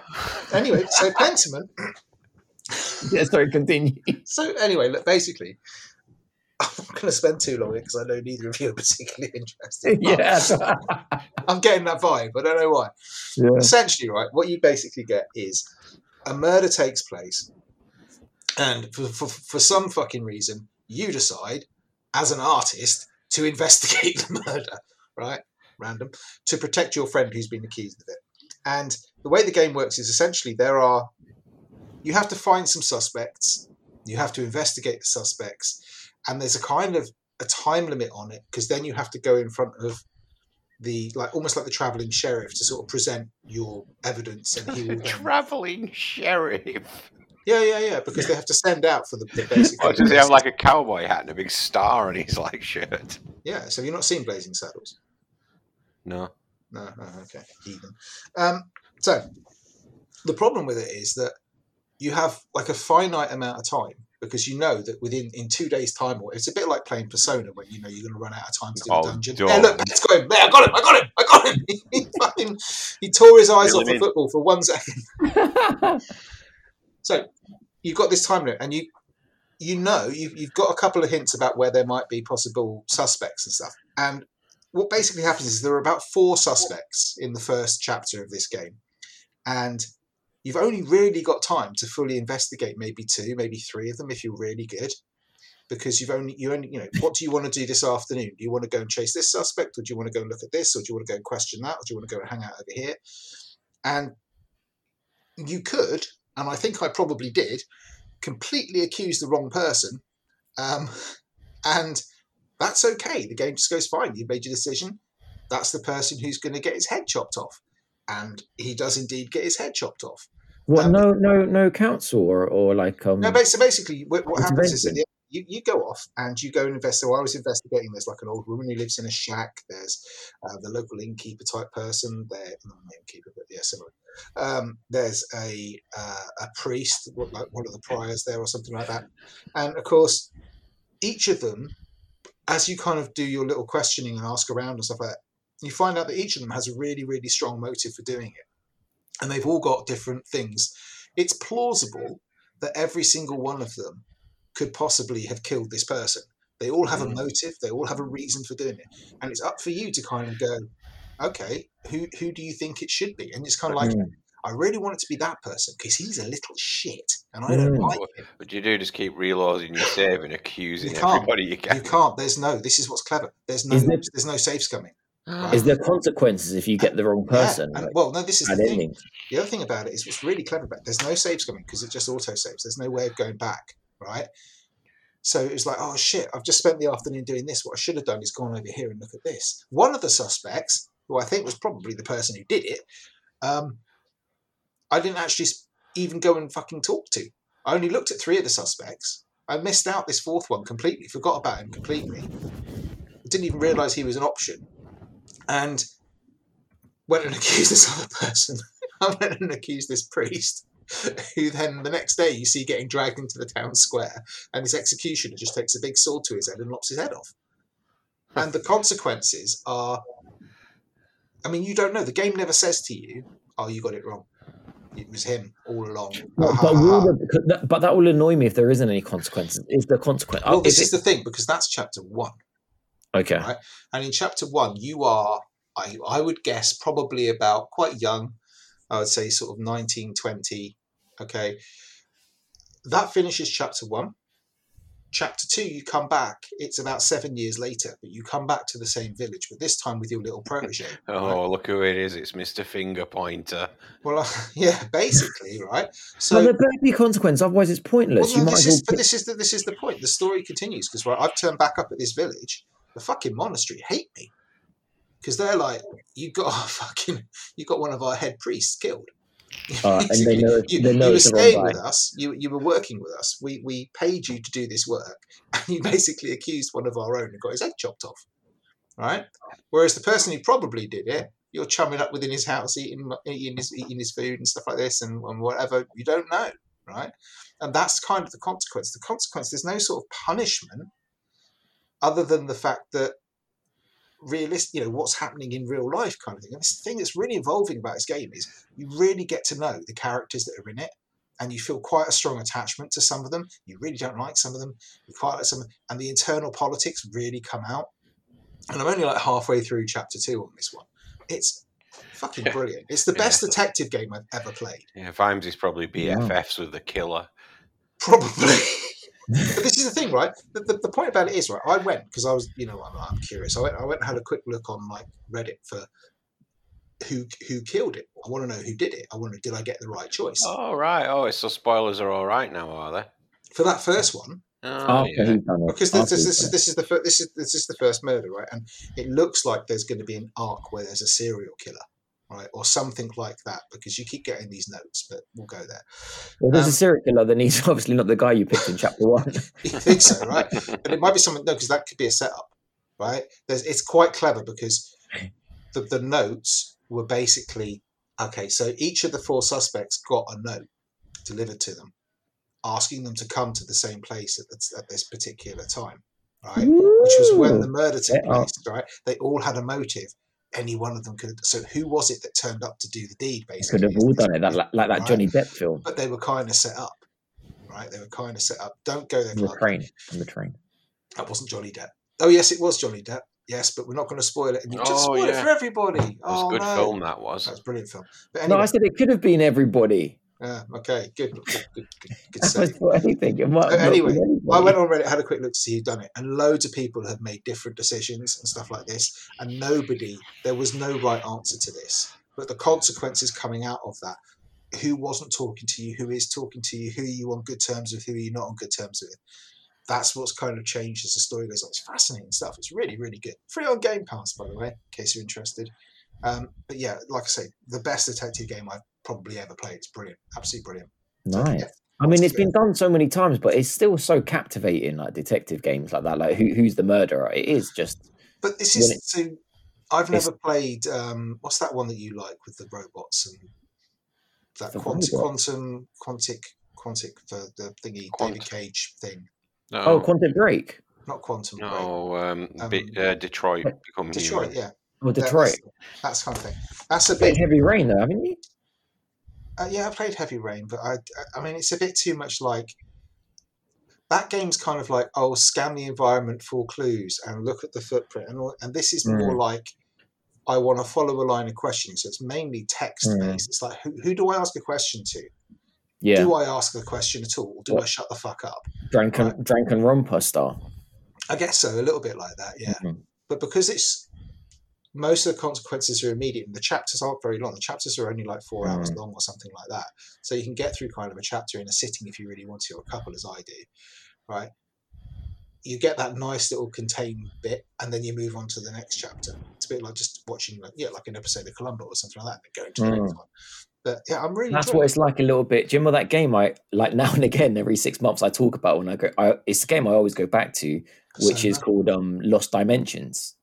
Anyway, so Pentiment.
Yeah, sorry, continue.
So anyway, look, basically, I'm not going to spend too long because I know neither of you are particularly interested. but
yeah.
I'm getting that vibe. I don't know why.
yeah.
essentially, right, what you basically get is a murder takes place, and for, for, for some fucking reason, you decide as an artist to investigate the murder, right? Random to protect your friend who's been accused of it. And the way the game works is essentially there are you have to find some suspects, you have to investigate the suspects, and there's a kind of a time limit on it because then you have to go in front of the like almost like the traveling sheriff to sort of present your evidence and he will then-
Traveling sheriff.
yeah yeah yeah because they have to stand out for the, the basic
Or Oh, does he have like a cowboy hat and a big star on his like shirt?
yeah so have you not seen blazing saddles
No.
No, no, okay, heathen. Um, so the problem with it is that you have like a finite amount of time because you know that within in two days' time, or it's a bit like playing Persona when you know you're going to run out of time to do
Oh,
the dungeon.
don't.
Yeah, look, Pat's going. There, I got him! I got him! I got him! he fucking he tore his eyes
Reel
off
him
a
in.
football for one second. So you've got this time limit, and you you know you, you've got a couple of hints about where there might be possible suspects and stuff. And what basically happens is there are about four suspects in the first chapter of this game, and you've only really got time to fully investigate maybe two, maybe three of them if you're really good. Because you've only you only you know what do you want to do this afternoon? Do you want to go and chase this suspect, or do you want to go and look at this, or do you want to go and question that, or do you want to go and hang out over here? And you could, and I think I probably did, completely accuse the wrong person. Um, and that's okay. The game just goes fine. You made your decision. That's the person who's going to get his head chopped off. And he does indeed get his head chopped off.
What? No, no, no council or, or like um.
No, ba- so basically, what, what
It's
happens is at
amazing.
the end, you, you go off and you go and invest. So I was investigating. There's like an old woman who lives in a shack. There's uh, the local innkeeper type person. There, not an innkeeper, but yeah, similar. Um, there's a uh, a priest, what- like one of the priors there, or something like that. And of course, each of them, as you kind of do your little questioning and ask around and stuff like that, you find out that each of them has a really, really strong motive for doing it, and they've all got different things. It's plausible that every single one of them could possibly have killed this person. They all have a
Hmm.
Mm.
motive, they all have a reason for doing it. And it's up for you to kind of go, okay, who who do you think it should be? And it's kind of like,
Mm.
I really want it to be that person because he's a little shit and I don't
Mm.
like him.
What do you do? Just keep reloading your save and accusing
You can't.
everybody you
You
can.
can't. There's no. This is what's clever. There's no.
Is there-
There's no safes coming.
Is there consequences if you get the wrong person?
Yeah. And,
Like,
well, no. This is
bad
the thing.
ending.
The other thing about it is what's really clever about it, there's no saves coming because it just auto saves. There's no way of going back, right? So it was like, oh shit, I've just spent the afternoon doing this. What I should have done is gone over here and look at this. One of the suspects, who I think was probably the person who did it, um, I didn't actually s- even go and fucking talk to. I only looked at three of the suspects. I missed out this fourth one completely, forgot about him completely. Didn't even realize he was an option. And went and accused this other person. I went and accused this priest, who then the next day you see getting dragged into the town square, and his executioner just takes a big sword to his head and lops his head off. And the consequences are I mean, you don't know. The game never says to you, oh, you got it wrong. It was him all along.
But,
Ha,
but,
ha,
will
ha.
the- could that- but that will annoy me if there isn't any consequences. Is there consequence?
well,
oh,
this
if
is the thing, because that's chapter one.
it- okay.
right. And in chapter one, you are, I, I would guess, probably about quite young. I would say sort of 19, 20. Okay. That finishes chapter one. Chapter two, you come back. It's about seven years later, but you come back to the same village, but this time with your little protege.
Oh, look who it is! It's Mister Finger Pointer.
Well, yeah, basically, right? So.
but there better be consequence, otherwise it's pointless.
Well,
you
no,
might as
this
well
is, but this is the this is the point. The story continues because right, I've turned back up at this village. The fucking monastery hate me because they're like, you got our fucking, you got one of our head priests killed.
Uh, and they
Basically,
know-
you,
they know
you were
it's the wrong
staying
guy.
with us. You you were working with us. We we paid you to do this work, and you basically accused one of our own and got his head chopped off, right? Whereas the person who probably did it. You're chumming up within his house, eating, eating, his, eating his food and stuff like this, and, and whatever. You don't know. right? And that's kind of the consequence. The consequence, there's no sort of punishment other than the fact that realistic, you know, what's happening in real life kind of thing. And this thing that's really involving about this game is you really get to know the characters that are in it and you feel quite a strong attachment to some of them. You really don't like some of them. You quite like some, and the internal politics really come out. And I'm only like halfway through chapter two on this one. It's fucking
Yeah.
brilliant. It's the
Yeah.
best detective game I've ever played,
Yeah, Vimes is probably BFFs with the killer.
probably. but this is the thing, right? The, the, the point about it is, right? I went because I was, you know, I'm, I'm curious. I went, I went and had a quick look on like Reddit for who who killed it. I want to know who did it. I want to did I get the right choice
Oh, right. Oh, so spoilers are all right now, are they?
for that first one?
Oh,
After
yeah.
he's done it.
because this,
after he's
this, this,
done
is- this is the fir- this is this is the first murder, right? And it looks like there's going to be an arc where there's a serial killer, right, or something like that. Because you keep getting these notes, but we'll go there.
it. Well, there's
um,
a serial killer, then he's obviously not the guy you picked in chapter one.
You think so, right? but it might be something no, because that could be a setup, right? There's, it's quite clever because the, the notes were basically okay. So each of the four suspects got a note delivered to them, asking them to come to the same place at, this- at this particular time, right? which was when the murder took
Yeah.
place, right? They all had a motive. Any one of them could. So who was it that turned up to do the deed? Basically,
could have
is-
all
is-
done it, that,
is-
like, like that
right?
Johnny Depp film
But they were kind of set up, right? They were kind of set up. Don't go there,
on the
Clark.
train. On the train.
That wasn't Johnny Depp. Oh yes, it was Johnny Depp. Yes, but we're not going to spoil it. And you just
Oh,
spoil it
yeah.
for everybody.
That was
oh
a good
no, Oh,
film, that was.
that was a brilliant film. But
No, I
anyway,
said it could have been everybody.
yeah, okay, good, good, good, good, good
That was
save.
for anything. It might
uh, So
have not
anyway,
been
I
anybody.
went on Reddit, had a quick look to see who'd done it, and loads of people have made different decisions and stuff like this. And nobody, there was no right answer to this. But the consequences coming out of that who wasn't talking to you, who is talking to you, who are you on good terms with, who are you not on good terms with. That's what's kind of changed as the story goes on. It's fascinating stuff. It's really, really good. Free on Game Pass, by the way, in case you're interested. Um, but yeah, like I say, the best detective game I've probably ever played. It's brilliant, absolutely brilliant.
Nice. I mean,
What's
it's
the-
been done so many times, but it's still so captivating, like detective games like that. Like, who, who's the murderer? It is just
But this
When
is
it-
so. I've
it's-
never played. Um, what's that one that you like with the robots and that
The
quant-
robot?
quantum quantic quantic the, the thingy
Quant.
David Cage thing?
No,
oh, Quantum Break
Not quantum. Break.
no um,
Um,
Be- uh, Detroit become
Detroit.
human.
Yeah,
or
that-
Detroit.
That's, that's kind of thing. That's a
A bit
bit.
heavy rain, though, haven't you?
Uh, yeah, I played Heavy Rain, but I. I mean, it's a bit too much like. That game's kind of like, oh, scan the environment for clues and look at the footprint, and all, and this is
Mm.
more like, I want to follow a line of questioning. So it's mainly text based.
Mm.
It's like, who, who do I ask a question to?
Yeah,
do I ask the question at all? Do I
Well-
shut the fuck up?
Drunken Drunken Romper style.
I guess so, a little bit like that, yeah.
Mhm.
But because it's most of the consequences are immediate and the chapters aren't very long, the chapters are only like four hours long or something like that. So you can get through kind of a chapter in a sitting if you really want to, or a couple as I do, right? You get that nice little contained bit and then you move on to the next chapter. It's a bit like just watching, like, yeah, like an episode of Columbo or something like that, and going to the next one. But yeah, I'm really
That's
enjoying
what it's like a little bit. Do you remember that game? I like now and again, every six months, I talk about when I go. I, it's a game I always go back to,
it.
which
So uh,
is
much.
called um Lost Dimensions.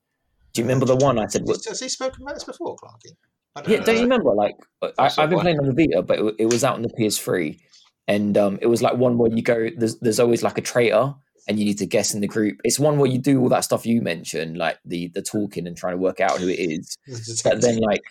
Do you remember the one I said?
Has he spoken about this before, Clarky? I
Yeah, don't you
know.
remember? Like, I,
That's
I've been
what-
playing on the Vita, but it, wa- it was out on the PS3, and um, it was like one where you go. There's, there's always like a traitor, and you need to guess in the group. It's one where you do all that stuff you mentioned, like the the talking and trying to work out who it is.
The
But
detective.
then, like,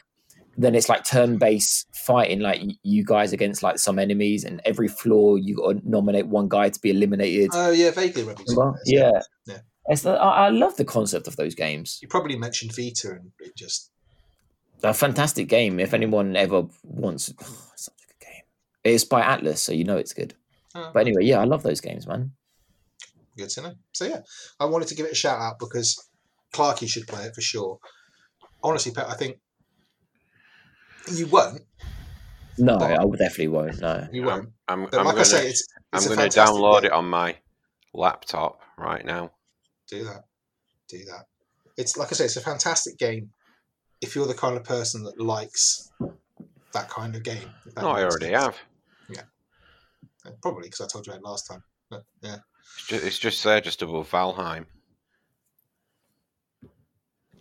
then it's like turn based fighting, like y- you guys against like some enemies, and every floor you got to nominate one guy to be eliminated.
Oh yeah, vaguely remember. you
Remember?
saying this,
Yeah,
Yeah.
It's the, I, I love the concept of those games.
You probably mentioned Vita, and it just
a fantastic game. If anyone ever wants, it's such a good game. It's by Atlas, so you know it's good.
oh,
But anyway, yeah, I love those games, man.
good to know. So yeah, I wanted to give it a shout out because Clarky should play it for sure. Honestly, Pet, I think you won't.
No,
But-
I definitely won't. No,
You won't.
I'm,
But
I'm
like
gonna,
I say, it's,
I'm
it's
gonna
going to
download it on my laptop right now.
Do that. Do that. It's like I say, it's a fantastic game. If you're the kind of person that likes that kind of game, if that
No, I
makes
already
sense. Uh,
have.
Probably because I told you about it last time. But, yeah.
It's just, it's just there, just above Valheim.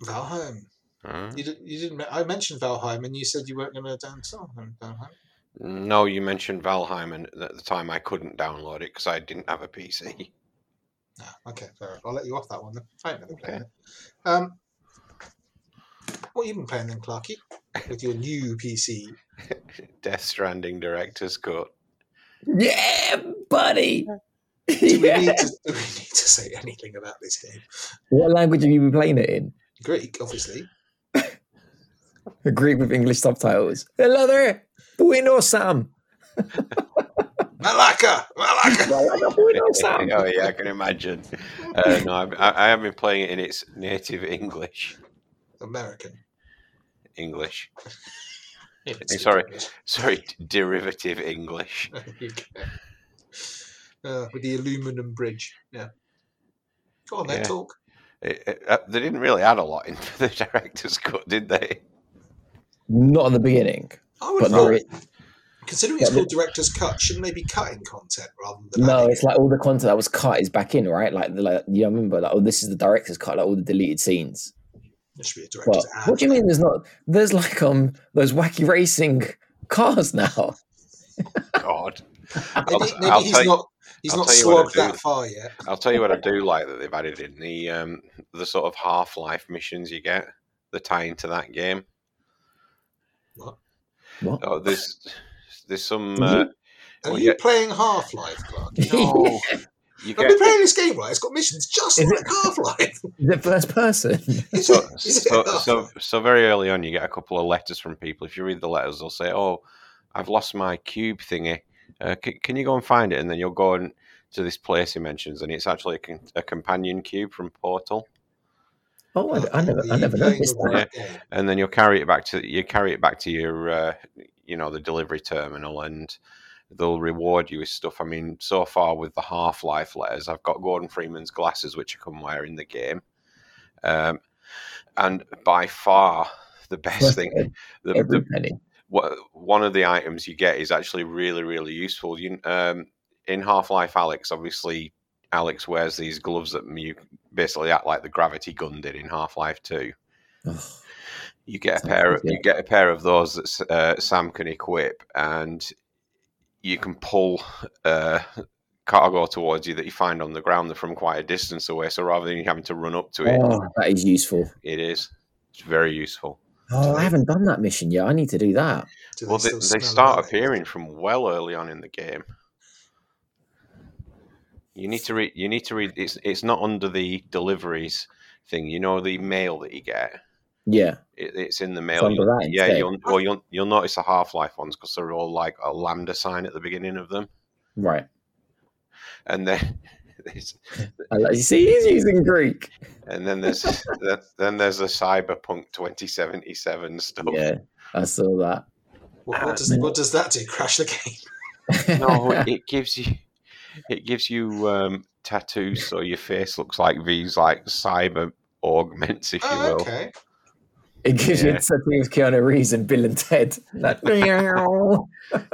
Valheim.
Huh? Hmm.
Mm-hmm. You, did, you didn't. I mentioned Valheim, and you said you weren't going to down Valheim.
No, you mentioned Valheim, and at the time I couldn't download it because I didn't have a PC.
No, Ah, okay, fair enough. I'll let you off that one then. I ain't never playing it. Um, what you been playing then, Clarky? With your new PC?
Death Stranding Director's Cut.
Yeah, buddy.
Do we,
Yeah.
need to, do we need to say anything about this game?
What language have you been playing it in?
Greek, obviously.
Greek with English subtitles. Hello there. Bueno, Sam.
Malaka! Malaka!
Bueno, Sam.
oh yeah, I can imagine. Uh, no, I've- I, I have been playing it in its native English.
American.
English.
It's
sorry.
ridiculous.
Sorry, derivative English.
Okay. Uh, with the aluminum bridge. Yeah. Go on, then,
Yeah.
talk.
It- it- uh, they didn't really add a lot into the director's cut, did they?
Not at the beginning,
I would
but
have
there
thought,
is,
considering it's
yeah,
called Director's Cut, shouldn't they be cutting content rather than.
no.
adding?
It's like all the content that was cut is back in, right? Like, the- like you know, remember, like, oh, this is the director's cut, like all the deleted scenes.
There should be a
But
director's
what do you mean? There's not. There's like um those wacky racing cars now.
God.
Maybe,
I'll,
maybe
I'll
he's
tell you,
not. He's
I'll
not
tell you what I'll
slogged
do.
that far yet.
I'll tell you what I do like that they've added in the um, the sort of Half Life missions you get. The tie into that game.
What?
Oh, there's there's some.
Did
Uh,
Are
Well,
you
yeah.
playing Half Life, Clark?
no, you
I've
get
been playing this game right. It's got missions just
Is it-
like Half Life.
The first person.
so, so, so, so very early on, you get a couple of letters from people. If you read the letters, they'll say, "Oh, I've lost my cube thingy. Uh, can, can you go and find it?" And then you'll go and to this place he mentions, and it's actually a, con- a companion cube from Portal.
Oh, I, I never, I never noticed that.
And then you'll carry it back to you carry it back to your, uh, you know, the delivery terminal, and they'll reward you with stuff. I mean, so far with the Half Life letters, I've got Gordon Freeman's glasses, which I can wear in the game, um, and by far. The best thing, the, the
Every penny.
wha- one of the items you get is actually really really useful you um in half-life alex obviously alex wears these gloves that you basically act like the gravity gun did in half-life 2
Ugh.
you get a
Sounds
pair of,
good, yeah.
you get a pair of those that S- uh, sam can equip and you can pull uh cargo towards you that you find on the ground they're from quite a distance away so rather than you having to run up to it
Oh, that is useful.
it is it's very useful
Oh, I haven't done that mission yet. I need to do that.
well they, they start appearing from well early on in the game you need to read you need to read it's it's not under the deliveries thing you know the mail that you get
Yeah.
it, it's in the mail
under
You'll-
that
yeah
instead.
you'll, well, you'll you'll notice the half-life ones because they're all like a lambda sign at the beginning of them
Right.
and then it's-
I like, you see, he's using Greek.
and then there's then- then there's the cyberpunk 2077 stuff
Yeah, I saw that.
What, what, does,
Ah,
what does that do? Crash the game.
no, it gives you it gives you um, tattoos, so your face looks like these like cyber augments, if you
Oh,
will.
okay.
It gives you
Yeah.
a tattoo of Keanu Reeves and Bill and Ted. Like, meow.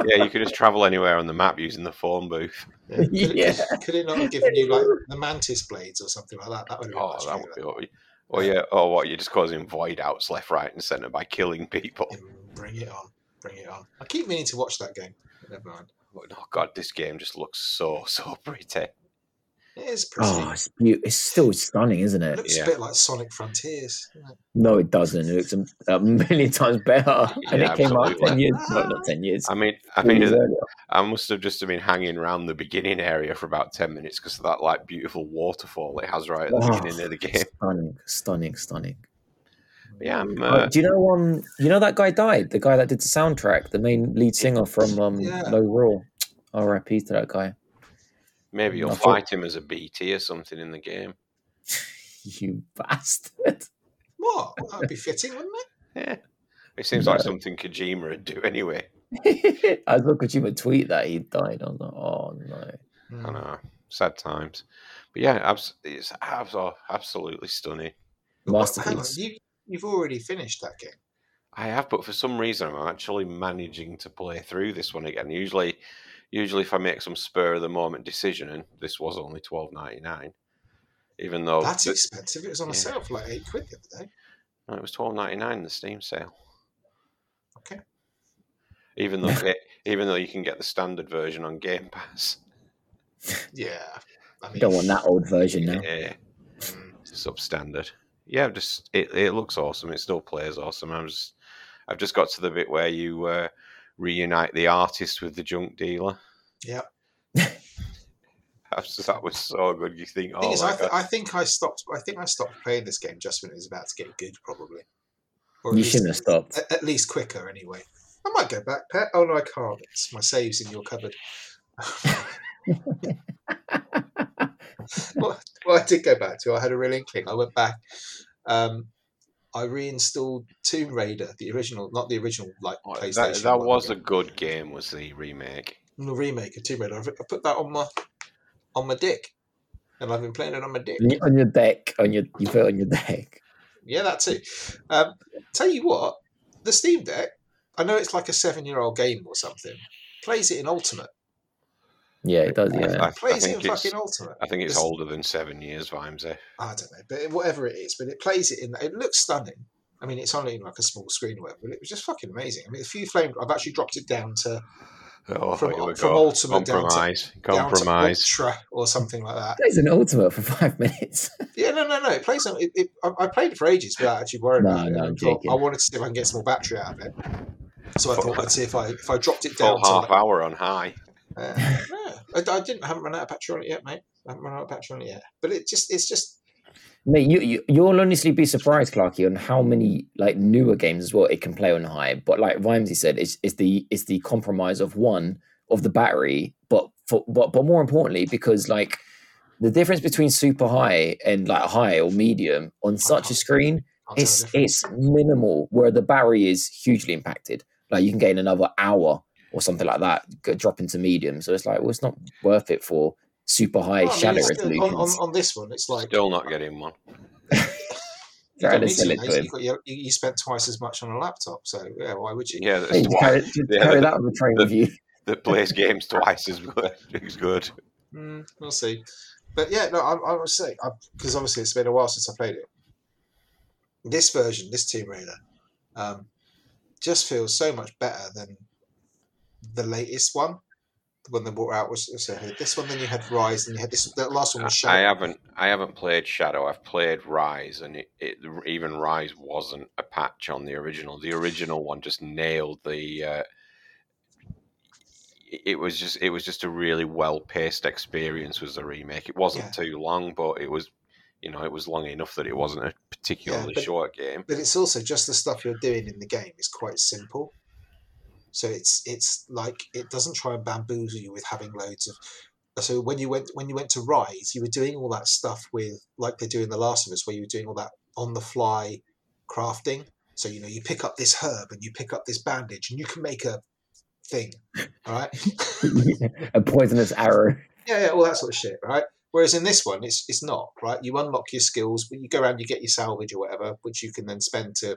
Yeah, you could just travel anywhere on the map using the phone booth.
Yeah. Could, it-
Yeah.
Could, could it not have given you like the mantis blades or something like that? That would have been
Oh,
much
that would be
cooler.
what we- Oh yeah. Oh, what you're just causing void outs left, right, and centre by killing people.
Mm, Bring it on. Bring it on. I keep meaning to watch that game. but Never mind.
But, oh god, this game just looks so so pretty.
It is pretty.
oh, it's, beau- it's still stunning, isn't
it
it?
looks
yeah.
a bit like Sonic Frontiers. doesn't it?
No, it doesn't. It looks a, a million times better. And
Yeah,
it came out
absolutely.
10 years. No, not 10 years.
I mean, I
Three years
mean,
earlier.
I must have just been hanging around the beginning area for about ten minutes because of that like beautiful waterfall it has right at the
Oh,
beginning of the game.
Stunning, stunning, stunning.
Yeah, I'm,
Oh,
uh,
do you know um you know that guy died? The guy that did the soundtrack, the main lead singer from um
Yeah.
No Rule. R.I.P. to that guy.
Maybe you'll
I thought-
fight him as a BT or something in the game.
You bastard.
What? That would be fitting, wouldn't it?
Yeah. It seems like
No.
something Kojima would do anyway.
I look at you and tweet that he died. I was like, oh no.
Hmm.
I know. Sad times. But yeah, abs- it's abs- oh, absolutely stunning.
But hang on,
Masterpiece.
you, you've already finished that game.
I have, but for some reason, I'm actually managing to play through this one again. Usually, usually if I make some spur of the moment decision, and this was only twelve ninety nine, even though
That's
the-
expensive. It was on a
Oh, yeah.
sale for like eight quid the other day.
no, it was twelve ninety nine in the Steam sale.
Okay.
even though it, even though you can get the standard version on Game Pass.
Yeah. I mean, hmm.
Don't want that old version now.
Yeah, substandard. Yeah, just it, it looks awesome. It still plays awesome. I'm just, I've just got to the bit where you uh, reunite the artist with the junk dealer.
Yep.
That was- that was so good. You think,
Thing
oh
is,
my
I, th-
God.
I think I stopped. I think I stopped playing this game just when it was about to get good, probably. Or at
You
least-
shouldn't have stopped.
at, at least quicker anyway. I might go back, Pet. Oh no, I can't. It's my saves in your cupboard. well, well, I did go back to. it. I had a real inkling. I went back. Um, I reinstalled Tomb Raider, the original, not the original like
Oh,
PlayStation.
that, that
one.
was a good game. Was the remake?
the remake of Tomb Raider. I've- I put that on my on my dick, and I've been playing it on my dick.
On your- On your deck, on your you put it on your deck.
Yeah, that too. Um, tell you what, the Steam Deck, I know it's like a seven year old game or something, plays it in Ultimate.
Yeah, it does. Yeah,
I, I
Plays it in
think it's.
fucking Ultimate.
I think it's
It's-
older than seven years, Vimesy.
I don't know, but whatever it is, but it plays it in. It looks stunning. I mean, it's only in like a small screen or whatever, but it was just fucking amazing. I mean, a few flame. I've actually dropped it down to
Oh,
From-
here we
from
go.
Ultimate down to-
compromise,
down
compromise.
to Ultra or something like that.
plays an ultimate for five minutes.
Yeah, no, no, no. It plays. on- It, it, I, I played it for ages without actually worrying
No,
about it.
no,
I
I'm
thought-
joking.
I wanted to see if I can get some more battery out of it. So I
Full-
thought, let's see if I if I dropped it
Full
down to like,
half hour on high.
Uh, no, I, I didn't. I haven't run out of battery on it yet, mate. I haven't run out of battery on it yet. But it just, it's just,
Mate, you, you you'll honestly be surprised, Clarky, on how many like newer games as well it can play on high. But like Vimesy said, it's it's the it's the compromise of one of the battery, but for but but more importantly, because like the difference between super high and like high or medium on such a screen
can't tell the
it's
difference.
it's minimal. Where the battery is hugely impacted. Like you can gain another hour or something like that, go- drop into medium. So it's like, well, it's not worth it for super high
Well, I mean,
shadow
it's still- on, on,
resolutions.
on this one, it's like
Still not getting one.
you,
Try
don't
to
need to,
sell it
mate.
to him.
You, got your, you, you spent twice as much on a laptop, so yeah, why would you?
Yeah, that's
Hey,
twice,
carry, just
Yeah,
carry
the-
that on the train with you.
that plays games twice as good. Is good.
Mm, we'll see. But yeah, no, I, I was saying because obviously it's been a while since I played it. This version, this Tomb Raider, um, just feels so much better than the latest one. The one they brought out was so you had this one. Then you had Rise, and you had this. That last one was
I
Shadow.
haven't. I haven't played Shadow. I've played Rise, and it, it even Rise wasn't a patch on the original. The original one just nailed the. Uh, it- it was just. It was just a really well paced experience. Was the remake? It wasn't
Yeah.
too long, but it was. You know, it was long enough that it wasn't a particularly
but-
short game.
but it's also just the stuff you're doing in the game is quite simple. So it's it's like it doesn't try and bamboozle you with having loads of. So when you went when you went to Rise, you were doing all that stuff with like they do in The Last of Us, where you were doing all that on the fly crafting. So you know you pick up this herb and you pick up this bandage and you can make a thing, all right?
a poisonous arrow.
Yeah, yeah, all that sort of shit, right? Whereas in this one, it's it's not right. You unlock your skills, but you go around, you get your salvage or whatever, which you can then spend to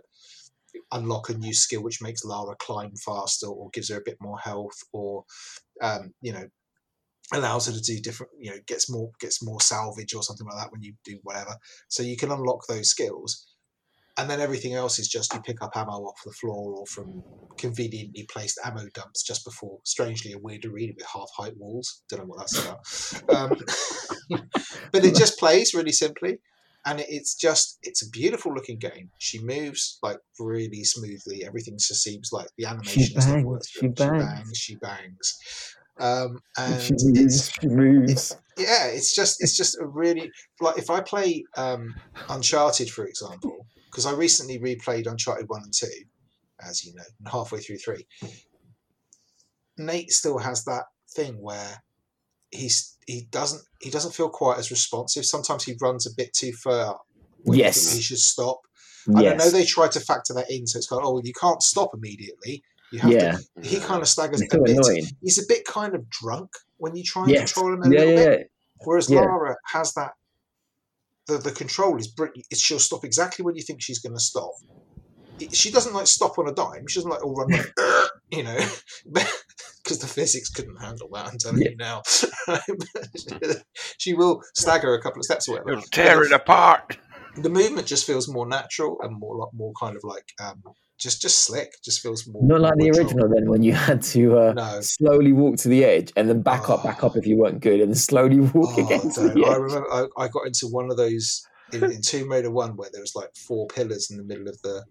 unlock a new skill, which makes Lara climb faster or gives her a bit more health, or um, you know, allows her to do different, you know, gets more gets more salvage or something like that when you do whatever. So you can unlock those skills, and then everything else is just you pick up ammo off the floor or from conveniently placed ammo dumps just before, strangely, a weird arena with half height walls. Don't know what that's about. um, but it just plays really simply. And it- it's just, it's a beautiful looking game. She moves like really smoothly. Everything just seems like the animation is the
bangs,
worst.
she bangs.
She bangs. Um, and
she
it's,
moves. She moves.
yeah it's just it's just a really like if i play um uncharted for example because i recently replayed uncharted 1 and 2 as you know and halfway through 3 nate still has that thing where he's he doesn't he doesn't feel quite as responsive sometimes he runs a bit too far when you think
Yes.
he should stop and i
Yes.
know they tried to factor that in so it's kind of oh you can't stop immediately you have
yeah.
to
Mm.
he kind of staggers
It's
a
so
bit
annoying.
he's a bit kind of drunk when you try and
Yes.
control him a
Yeah,
little bit
yeah, yeah.
Whereas
Yeah.
Lara has that the the control is brilliant. She'll stop exactly when you think she's going to stop. It- She doesn't like stop on a dime. She doesn't like all run like "Ugh," you know, because the physics couldn't handle that. I'm telling you now. she will stagger a couple of steps or whatever.
It'll tear it apart.
The movement just feels more natural and more like more kind of like um, just just slick. Just feels more
Not like the
more
original then, when you had to uh,
No.
slowly walk to the edge and then back up, back up if you weren't good, and then slowly walk
Oh,
again to
don't.
the
I
edge.
remember I, I got into one of those in, in Tomb Raider one where there was like four pillars in the middle of the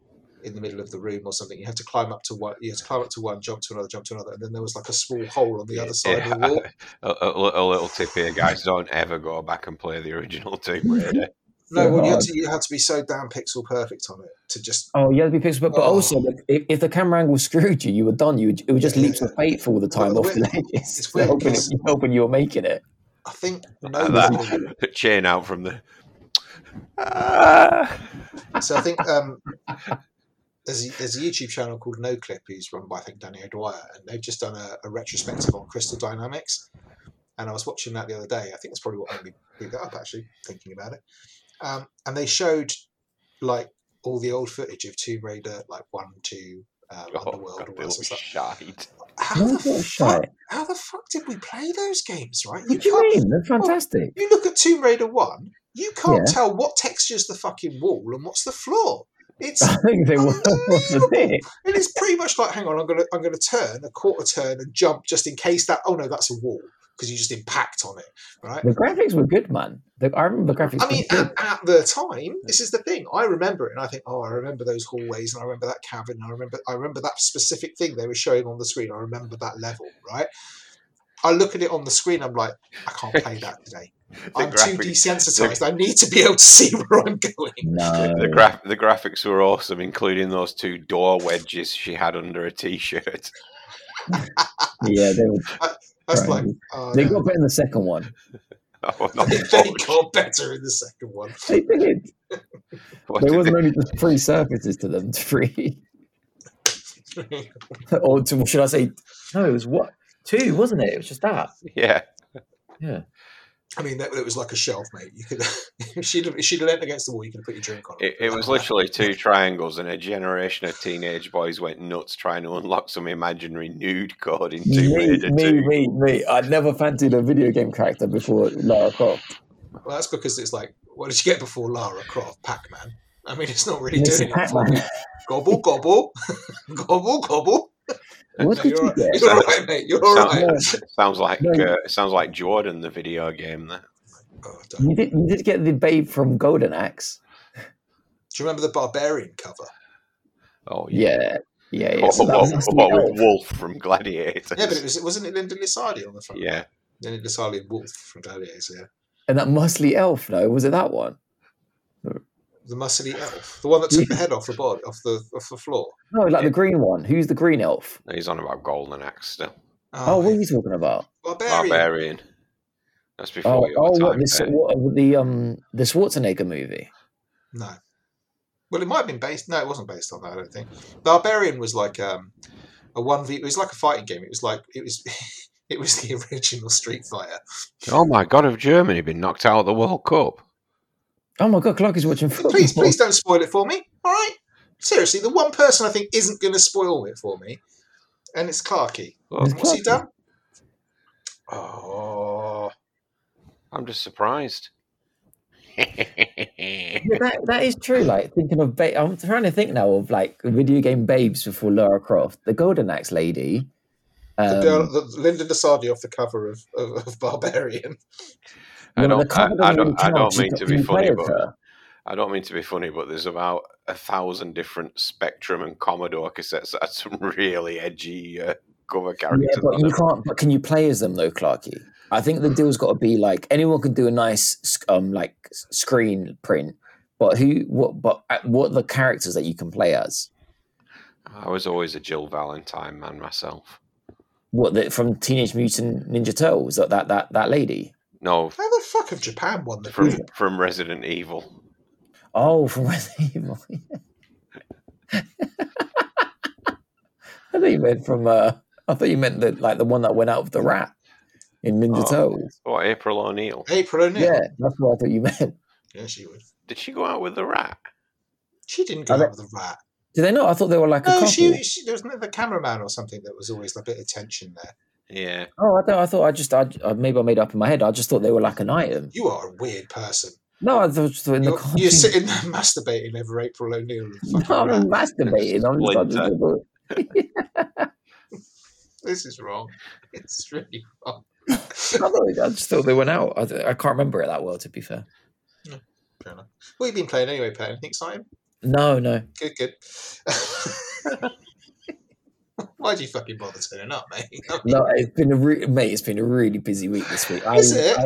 in the middle of the room or something. You had to climb up to one. You had to climb up to one, jump to another, jump to another, and then there was like a small hole on the other side of the wall.
a, a- a little tip here, guys. Don't ever go back and play the original Tomb Raider.
No,
So
well, you had,
hard.
to, you had to be so damn pixel perfect on it to just.
Oh, you had to be pixel, but, but
Oh.
also the, if, if the camera angle screwed you, you were done. You would, it would just
Yeah,
leap
yeah.
to faith all the time
Well,
off the
weird-
edges,
it's weird
hoping, it,
'cause-
hoping you were making it.
I think
Like
nobody.
that chain out from the.
Ah. so I think um, there's a, there's a YouTube channel called No Clip, who's run by I think Danny O'Dwyer, and they've just done a, a retrospective on Crystal Dynamics. And I was watching that the other day. I think that's probably what made me pick that up. Actually, thinking about it, um, and they showed like all the old footage of Tomb Raider, like one, two, um,
Oh,
Underworld,
God,
all
they
that
look
sort of stuff.
shite.
How
No,
the
it's
fuck?
not right.
How the fuck did we play those games? Right?
What do you
can't-
mean? They're fantastic.
you look at Tomb Raider One, you can't
Yeah.
tell what texture's the fucking wall and what's the floor. It's
I
and
think they were. What's the thing?
it's pretty much like, hang on, I'm gonna I'm gonna turn a quarter turn and jump just in case that. Oh no, that's a wall because you just impact on it, right?
The graphics were good, man. The, I remember the graphics.
I mean,
were good.
at, at the time, this is the thing. I remember it, and I think, oh, I remember those hallways, and I remember that cavern, and I remember, I remember that specific thing they were showing on the screen. I remember that level, right? I look at it on the screen, I'm like, I can't play that today. I'm
graphic-
too desensitized. I need to be able to see where I'm going.
no.
The, graph, the graphics were awesome, including those two door wedges she had under a t-shirt.
yeah, they were.
That's
Right.
like oh,
They
no.
got better in the second one.
Oh, not the
they
bulge.
got better in the second one.
They did.
What
There
did
wasn't
they-
only just three surfaces to them, three. or to, should I say, no, it was what? Two, wasn't it? It was just that.
Yeah,
I mean, that, it was like a shelf, mate. You could, if she'd have- if she'd have leant against the wall, you could have put your drink on
it, it was literally two triangles, and a generation of teenage boys went nuts trying to unlock some imaginary nude code in Tomb
Me,
Raider
me,
2.
me, me. I'd never fancied a video game character before Lara Croft.
Well, that's because it's like, what did you get before Lara Croft? Pac Man. I mean, it's not really
It's
doing it for
Pac-Man.
me. Gobble, gobble, gobble, gobble.
What
No,
did you
you're all right.
get?
You're all right, mate. You're all
Sounds,
right.
sounds like
No.
uh, sounds like Jordan, the video game. That
Oh, don't.
You did, you did get the babe from Golden Axe.
Do you remember the Barbarian cover?
oh yeah,
Yeah. Yeah, yeah.
Or
So that
what,
was actually
what
Elf.
with Wolf from Gladiator?
Yeah, but it was, wasn't it Linda Lissardi on the front?
yeah,
Linda Lissardi and Wolf from Gladiators, yeah.
And that muscly elf, no? Was it that one?
The muscly elf. The one that took the head off the bod, off the, off the floor.
No, like the green one. Who's the green elf?
he's on about Golden Axe still.
Oh, what are you talking about?
Barbarian.
Barbarian. That's before
Oh,
your
oh
time.
what, this,
Ben.
what uh, the um the Schwarzenegger movie?
No. Well, it might have been based. No, it wasn't based on that. I don't think. Barbarian was like um, a one v. It was like a fighting game. It was like it was. It was the original Street Fighter.
Oh my God! Have Germany been knocked out of the World Cup?
Oh my god, Clark is watching football.
Please, please don't spoil it for me. All right. Seriously, the one person I think isn't going to spoil it for me, and it's Clarky.
Look,
It's
And what's he
Clarky.
done? Oh,
I'm just surprised.
Yeah, that, that is true. Like thinking of, ba- I'm trying to think now of like video game babes before Lara Croft, the Golden Axe lady.
the,
Um,
Bel- the Linda Lasardi off the cover of, of, of Barbarian.
I
well, the
don't, I,
cover
I
doesn't really
don't, I
count.
don't
She
mean
got
to
to
be
be
funny,
played
but
her.
I don't mean to be funny, but there's about a thousand different Spectrum and Commodore cassettes that had some really edgy uh, cover characters.
Yeah, but
on
you
them.
can't. But can you play as them though, Clarky? I think the deal's got to be like anyone can do a nice sc- um like s- screen print, but who what but uh, what are the characters that you can play as?
I was always a Jill Valentine man myself.
What the, from Teenage Mutant Ninja Turtles that that that, that lady?
No,
How the fuck have Japan won the
from
group?
from Resident Evil.
Oh, from Resident Evil. I thought you meant from. Uh, I thought you meant that like the one that went out of the rat in Ninja
Oh.
Turtles.
What April O'Neil?
April O'Neil.
Yeah, that's what I thought you meant.
yeah, she would.
Did she go out with the rat?
She didn't go
Are they-
out with a rat.
Did they not? I thought they were like a
No,
couple.
she, she there was another cameraman or something that was always a bit of tension there.
Yeah.
Oh, I, don't, I thought I just I, I maybe I made it up in my head. I just thought they were like an item.
You are a weird person.
No, I was in the
You're,
context.
you're sitting there masturbating over April O'Neil.
No,
Fucking
I'm
rat.
masturbating. I'm just like,
Splinter.
This is wrong. It's really wrong.
I don't know, I just thought they went out. I, I can't remember it that well, to be fair.
Fair enough. What have you been playing anyway, Pat? Anything exciting?
No, no.
Good, good. Why do you fucking bother turning up, mate?
No, it's been a re- mate. It's been a really busy week this week.
Is it?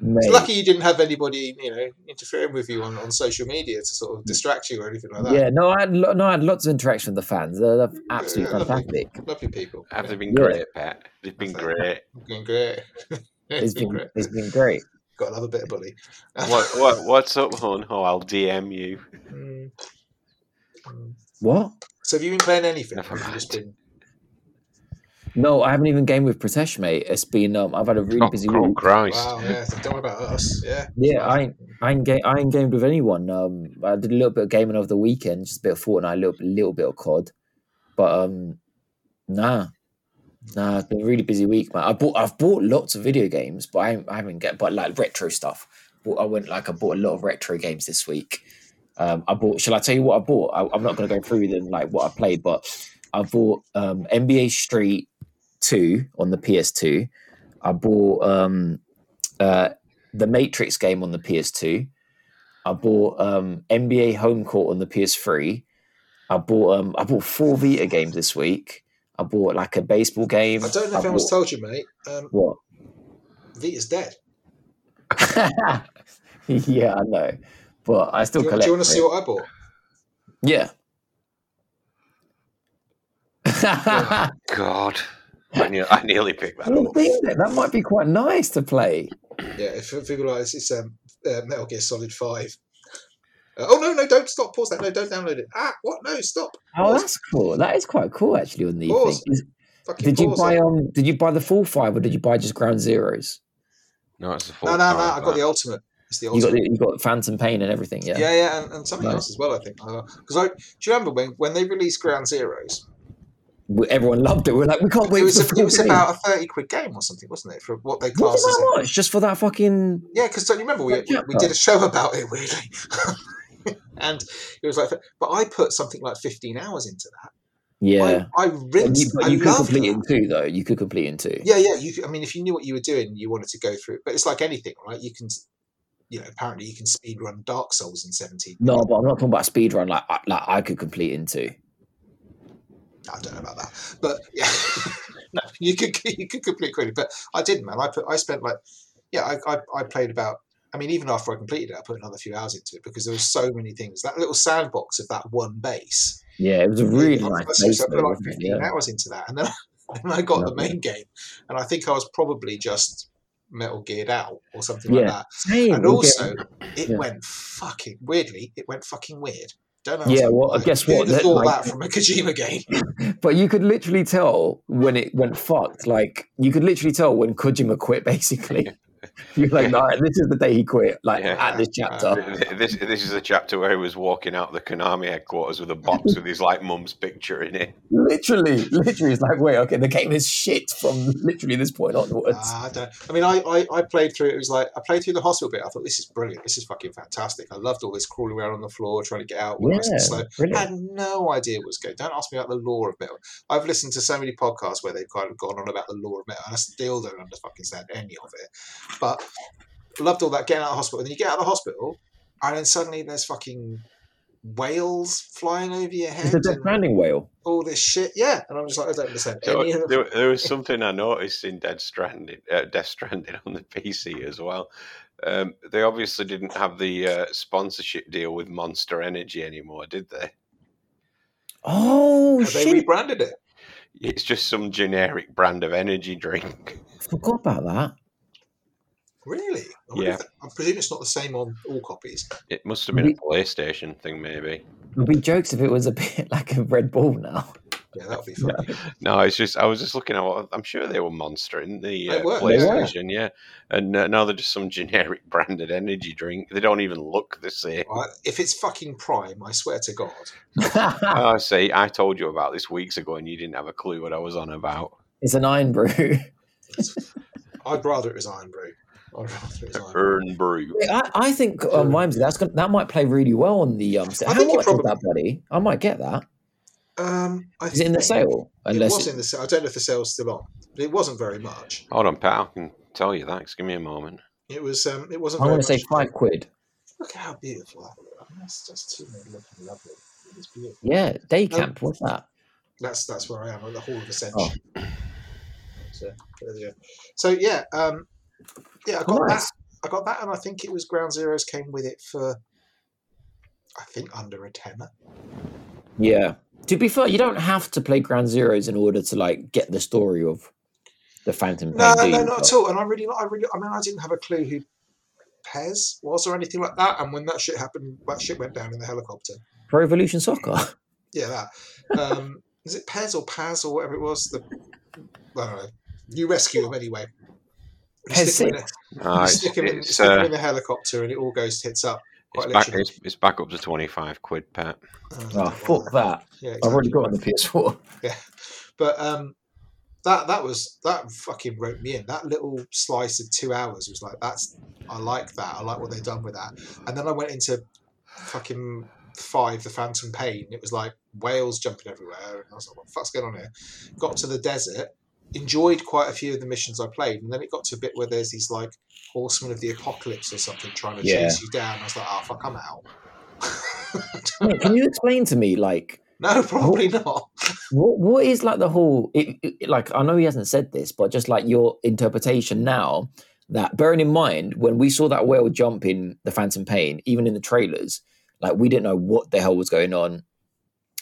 mate,
It's lucky you didn't have anybody, you know, interfering with you on, on social media to sort of distract you or anything like that.
yeah, no, I had lo- no, I had lots of interaction with the fans. They're, they're absolutely
Yeah, lovely.
fantastic.
Lovely people.
Have they been
Yeah.
great, Pat? They've been
Have they?
great.
Been great.
It's
it's been
been
great.
it's been great.
Got another bit of bully.
What, what, what's up, hon? Oh, I'll DM you.
Mm. Mm.
What?
So have you been playing anything?
Never
Have you just been
No, I haven't even gamed with Pratesh, mate. It's been um, I've had a really
Oh,
busy
oh,
week.
Christ.
wow, yeah, so don't worry about us. Yeah.
Yeah, I ain't, I ain't game, I ain't gamed with anyone. Um, I did a little bit of gaming over the weekend, just a bit of Fortnite, a little, little bit of COD, but um, nah, nah, it's been a really busy week, man. I bought I've bought lots of video games, but I, ain't- I haven't get but like retro stuff. Bought, I went like I bought a lot of retro games this week. Um, I bought. Shall I tell you what I bought? I, I'm not going to go through them like what I played, but I bought um, NBA Street Two on the PS2. I bought um, uh, the Matrix game on the PS2. I bought um, NBA Home Court on the PS3. I bought um, I bought four Vita games this week. I bought like a baseball game.
I don't know if
I
anyone's
bought-
told you, mate. Um,
what.
Vita's dead.
yeah, I know, but I still
Do you,
collect.
want to see
it.
what I bought?
Yeah.
God. I, ne- I nearly picked that
Well,
up.
think that that might be quite nice to play.
Yeah, if if people like this, it's um, uh, Metal Gear Solid Five. Uh, oh no, no, don't stop. Pause that. No, don't download it. Ah, what? No, stop.
Oh, that's cool. That is quite cool, actually. On the
Pause.
thing, Is-
Fucking
did you
pause
buy
it.
um? Did you buy the full five or did you buy just ground zeros?
No, it's a full
No, no, no.
time,
I got the
that.
ultimate. It's the
You got
ultimate.
the, you got Phantom Pain and everything. Yeah.
yeah, yeah, and, and something
Nice.
else as well. I think because I do you remember when when they released Ground Zeroes?
We- Everyone loved it. We are like, we can't wait
it was
for
a-
the full
it was
game.
about a thirty quid game or something, wasn't it? For what they
was
class
it
as
that
a,
much just for that fucking?
yeah. Because don't you remember we,
That
we we
chapter.
did a show about it weirdly, and it was like, but I put something like fifteen hours into that.
Yeah.
I, I
And you,
rinsed.
but
I
you could
loved
complete
that.
it in two, though. You could complete it in two.
Yeah, yeah. You, c- I mean, if you knew what you were doing, you wanted to go through it. But it's like anything, right? You can, s- you know, apparently you can speed run Dark Souls in seventeen.
No,
minutes.
but I'm not talking about speed run. Like, I- like I could complete it in two.
I don't know about that, but yeah, no, you could you could complete quickly. But I didn't, man. I put I spent like, yeah, I, I I played about. I mean, even after I completed it, I put another few hours into it because there were so many things. That little sandbox of that one base.
Yeah, it was a really
I- I-
nice
so
base,
I
though,
put like
wasn't it?
fifteen
Yeah.
hours into that, and then then I got the main game, and I think I was probably just metal geared out or something like
Yeah.
that.
Same.
and
we'll get-
also it
yeah.
went fucking weirdly. It went fucking weird. Don't know.
Yeah, well,
why.
guess what?
Who'd have
That,
thought
like-
that from a Kojima game?
But you could literally tell when it went fucked. Like you could literally tell when Kojima quit. Basically, you're like, no, this is the day he quit. Like
Yeah.
at this chapter.
Uh,
This, this is a chapter where he was walking out the Konami headquarters with a box with his like mum's picture in it.
Literally, literally, it's like, wait, okay, the game is shit from literally this point onwards.
Ah, I don't. I mean, I, I I played through. It was like I played through the hospital bit. I thought this is brilliant. This is fucking fantastic. I loved all this crawling around on the floor trying to get out. all the rest of
yeah,
it. So I
brilliant.
had no idea what was going. Don't ask me about the law of metal. I've listened to so many podcasts where they've kind of gone on about the law of metal, and I still don't understand any of it. But loved all that getting out of the hospital. And then you get out of the hospital, and then suddenly there's fucking whales flying over your
It's
head
a Death
and
Stranding whale.
all this shit. Yeah, and I'm just like, I don't understand
So
any of it.
there, there was something I noticed in Dead Stranded, uh, Death Stranded on the PC as well. Um, they obviously didn't have the uh, sponsorship deal with Monster Energy anymore, did they?
Oh
Have they
shit!
rebranded it?
It's just some generic brand of energy drink.
Forgot about that.
Really? I wonder if
Yeah.
that- I presume it's not the same on all copies.
It must have been a
We-
PlayStation thing, maybe.
It would be jokes if it was a bit like a Red Bull now.
Yeah, that would be funny.
No, it's just I was just looking at. what I'm sure they were Monster in the
They
uh,
were,
yeah.
PlayStation, yeah. And uh, now they're just some generic branded energy drink. They don't even look the same.
Right? If it's fucking Prime, I swear to God.
Oh, see, I told you about this weeks ago, and you didn't have a clue what I was on about.
it's an iron brew.
I'd rather it was Iron Brew. I remember through his eye.
Urn brew.
Wait, I, I think um, Ramsey, that's gonna, that might play really well on the um. Set.
I
How
think it
much
probably-
is that, buddy? I might get that.
Um, I
Is it in the
think
sale? Unless
it was in the sale. I don't know if the sale's still on, but it wasn't very much.
Hold on, pal. I can tell you that. Just give me a moment.
It was. Um, it wasn't.
I
very
want to say
much.
five quid.
Look at how beautiful that is. I mean, that's just too many looking lovely. It's beautiful.
Yeah, day
Um,
camp. What's that?
That's that's where I am at the Hall of Ascension.
Oh.
So, there you go. so yeah, um, yeah, I got
Nice.
that. I got that, and I think it was Ground Zeroes came with it for, I think under a tenner.
Yeah. To be fair, you don't have to play Ground Zeroes in order to like get the story of the Phantom
No,
Pain, do
no,
you?
not at all. And I really, I really, I mean, I didn't have a clue who Pez was or anything like that. And when that shit happened, that shit went down in the helicopter.
Pro Evolution Soccer.
Yeah, that. Um, is it Pez or Paz or whatever it was? The I don't know. You rescue him anyway. You
Pez
stick him, in a,
Uh,
you
it's,
stick him, in,
it's,
stick him
uh,
in a helicopter, and it all goes tits up.
it's
Quite
back.
literally.
It's, it's back up to twenty-five quid, Pat.
Uh,
Oh, fuck that.
Yeah,
I've
exactly.
already got it on the PS4.
But um, that that was that fucking wrote me in. That little slice of two hours was like that's I like that. I like what they've done with that. And then I went into fucking five, the Phantom Pain. It was like whales jumping everywhere, and I was like, what the fuck's going on here? Got to the desert, enjoyed quite a few of the missions I played, and then it got to a bit where there's these like horsemen of the apocalypse or something trying to
Yeah.
chase you down. I was like, oh fuck, I'm out.
Mate, Can you explain to me like
no, probably
Oh.
not.
what what is like the whole it, it- like I know he hasn't said this, but just like your interpretation now that bearing in mind when we saw that whale jump in the Phantom Pain, even in the trailers, like we didn't know what the hell was going on.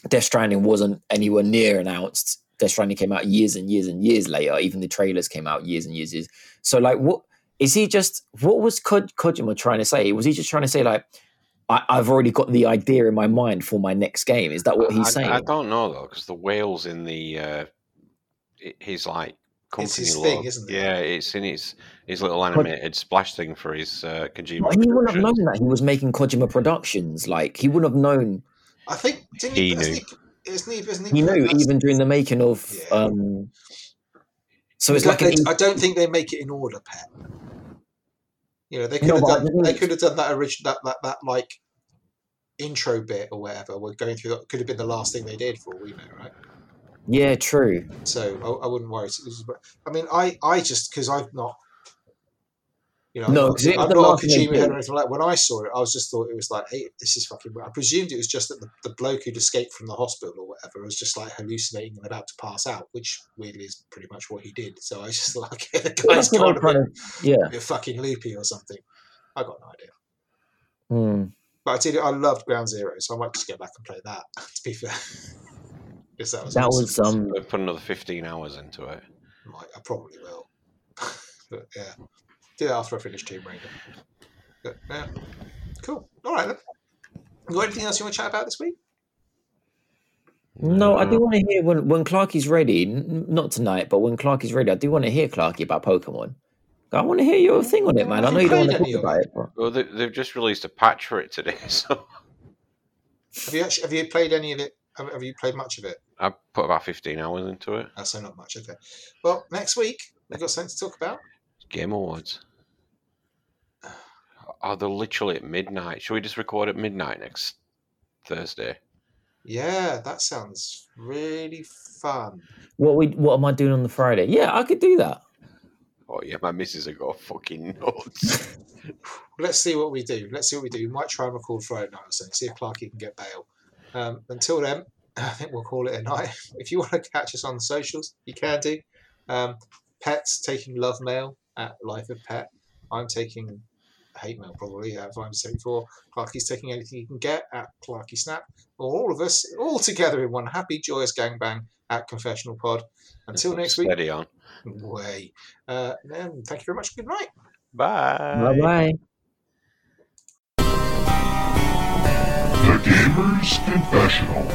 Death Stranding wasn't anywhere near announced. Death Stranding came out years and years and years later. Even the trailers came out years and years. years. So like, what is he just? What was Ko- Kojima trying to say? Was he just trying to say like, I, I've already got the idea in my mind for my next game? Is that what he's
I,
saying?
I don't know though, because the whales in the uh, i- his like company
It's his
logo-
thing, isn't it?
Yeah, it's in his his little animated splash thing for his uh, Kojima.
But he wouldn't have
Productions.
known that he was making Kojima Productions. Like he wouldn't have known.
I think didn't
He
he?
knew.
isn't he- Isn't he? Isn't he?
He knew
that's-
even during the making of.
Yeah.
um So it's
They
like an.
don't- they- I don't think they make it in order, Pet. You know, they could
No,
have
but I
done.
didn't-
They could have done that original that, that that like intro bit or whatever. We're going through that could have been the last thing they did for all we know, right?
Yeah, true.
So I, I wouldn't worry. This is- but- I mean, I I just because I've not. You know,
No,
I'm
'cause it
not,
was
I'm
the
not
last
a
thing they
Kojima head
did.
or anything like. When I saw it, I was just thought it was like, hey, this is fucking. weird. I presumed it was just that the, the bloke who'd escaped from the hospital or whatever was just like hallucinating and about to pass out, which weirdly is pretty much what he did. So I was just like, okay, the guy's
That's what
gone
I'm
a bit
trying to. Yeah.
a bit fucking loopy or something. I got no idea.
Hmm.
But I did. I loved Ground Zero, so I might just go back and play that. To be fair, because that was
That
awesome.
was um.
They Put another fifteen hours into it.
Might, I probably will. but yeah, do that after I finish Tomb Raider. But, yeah. Cool. All right then. You got anything else you want to chat about this week?
No, I do want to hear when when Clarky's ready. n- Not tonight, but when Clarky's ready, I do want to hear Clarky about Pokemon. I want to hear your thing on it, man. I
Have
know
you
you don't want to
played
talk
any of
about it. but-
Well, they, they've just released a patch for it today, so
Have you actually, have you played any of it? Have, have you played much of it?
I put about fifteen hours into it.
Uh, so not much. Okay. Well, next week we've got something to talk about.
Game Awards. Oh, they're literally at midnight. Should we just record at midnight next Thursday?
Yeah, that sounds really fun.
What we what am I doing on the Friday? Yeah, I could do that.
Oh yeah, my missus have got fucking nuts.
let's see what we do. Let's see what we do. We might try and record Friday night or something. See if Clarky can get bail. Um, until then, I think we'll call it a night. If you want to catch us on the socials, you can do. Um, Pet's taking love mail at Life of Pet. I'm taking hate mail probably at Vine 74. Clarky's taking anything he can get at Clarky Snap. Or all of us all together in one happy, joyous gangbang at Confessional Pod. Until next week,
Steady on.
way. Uh, then thank you very much. Good night.
Bye bye.
The Gamer's Confessional.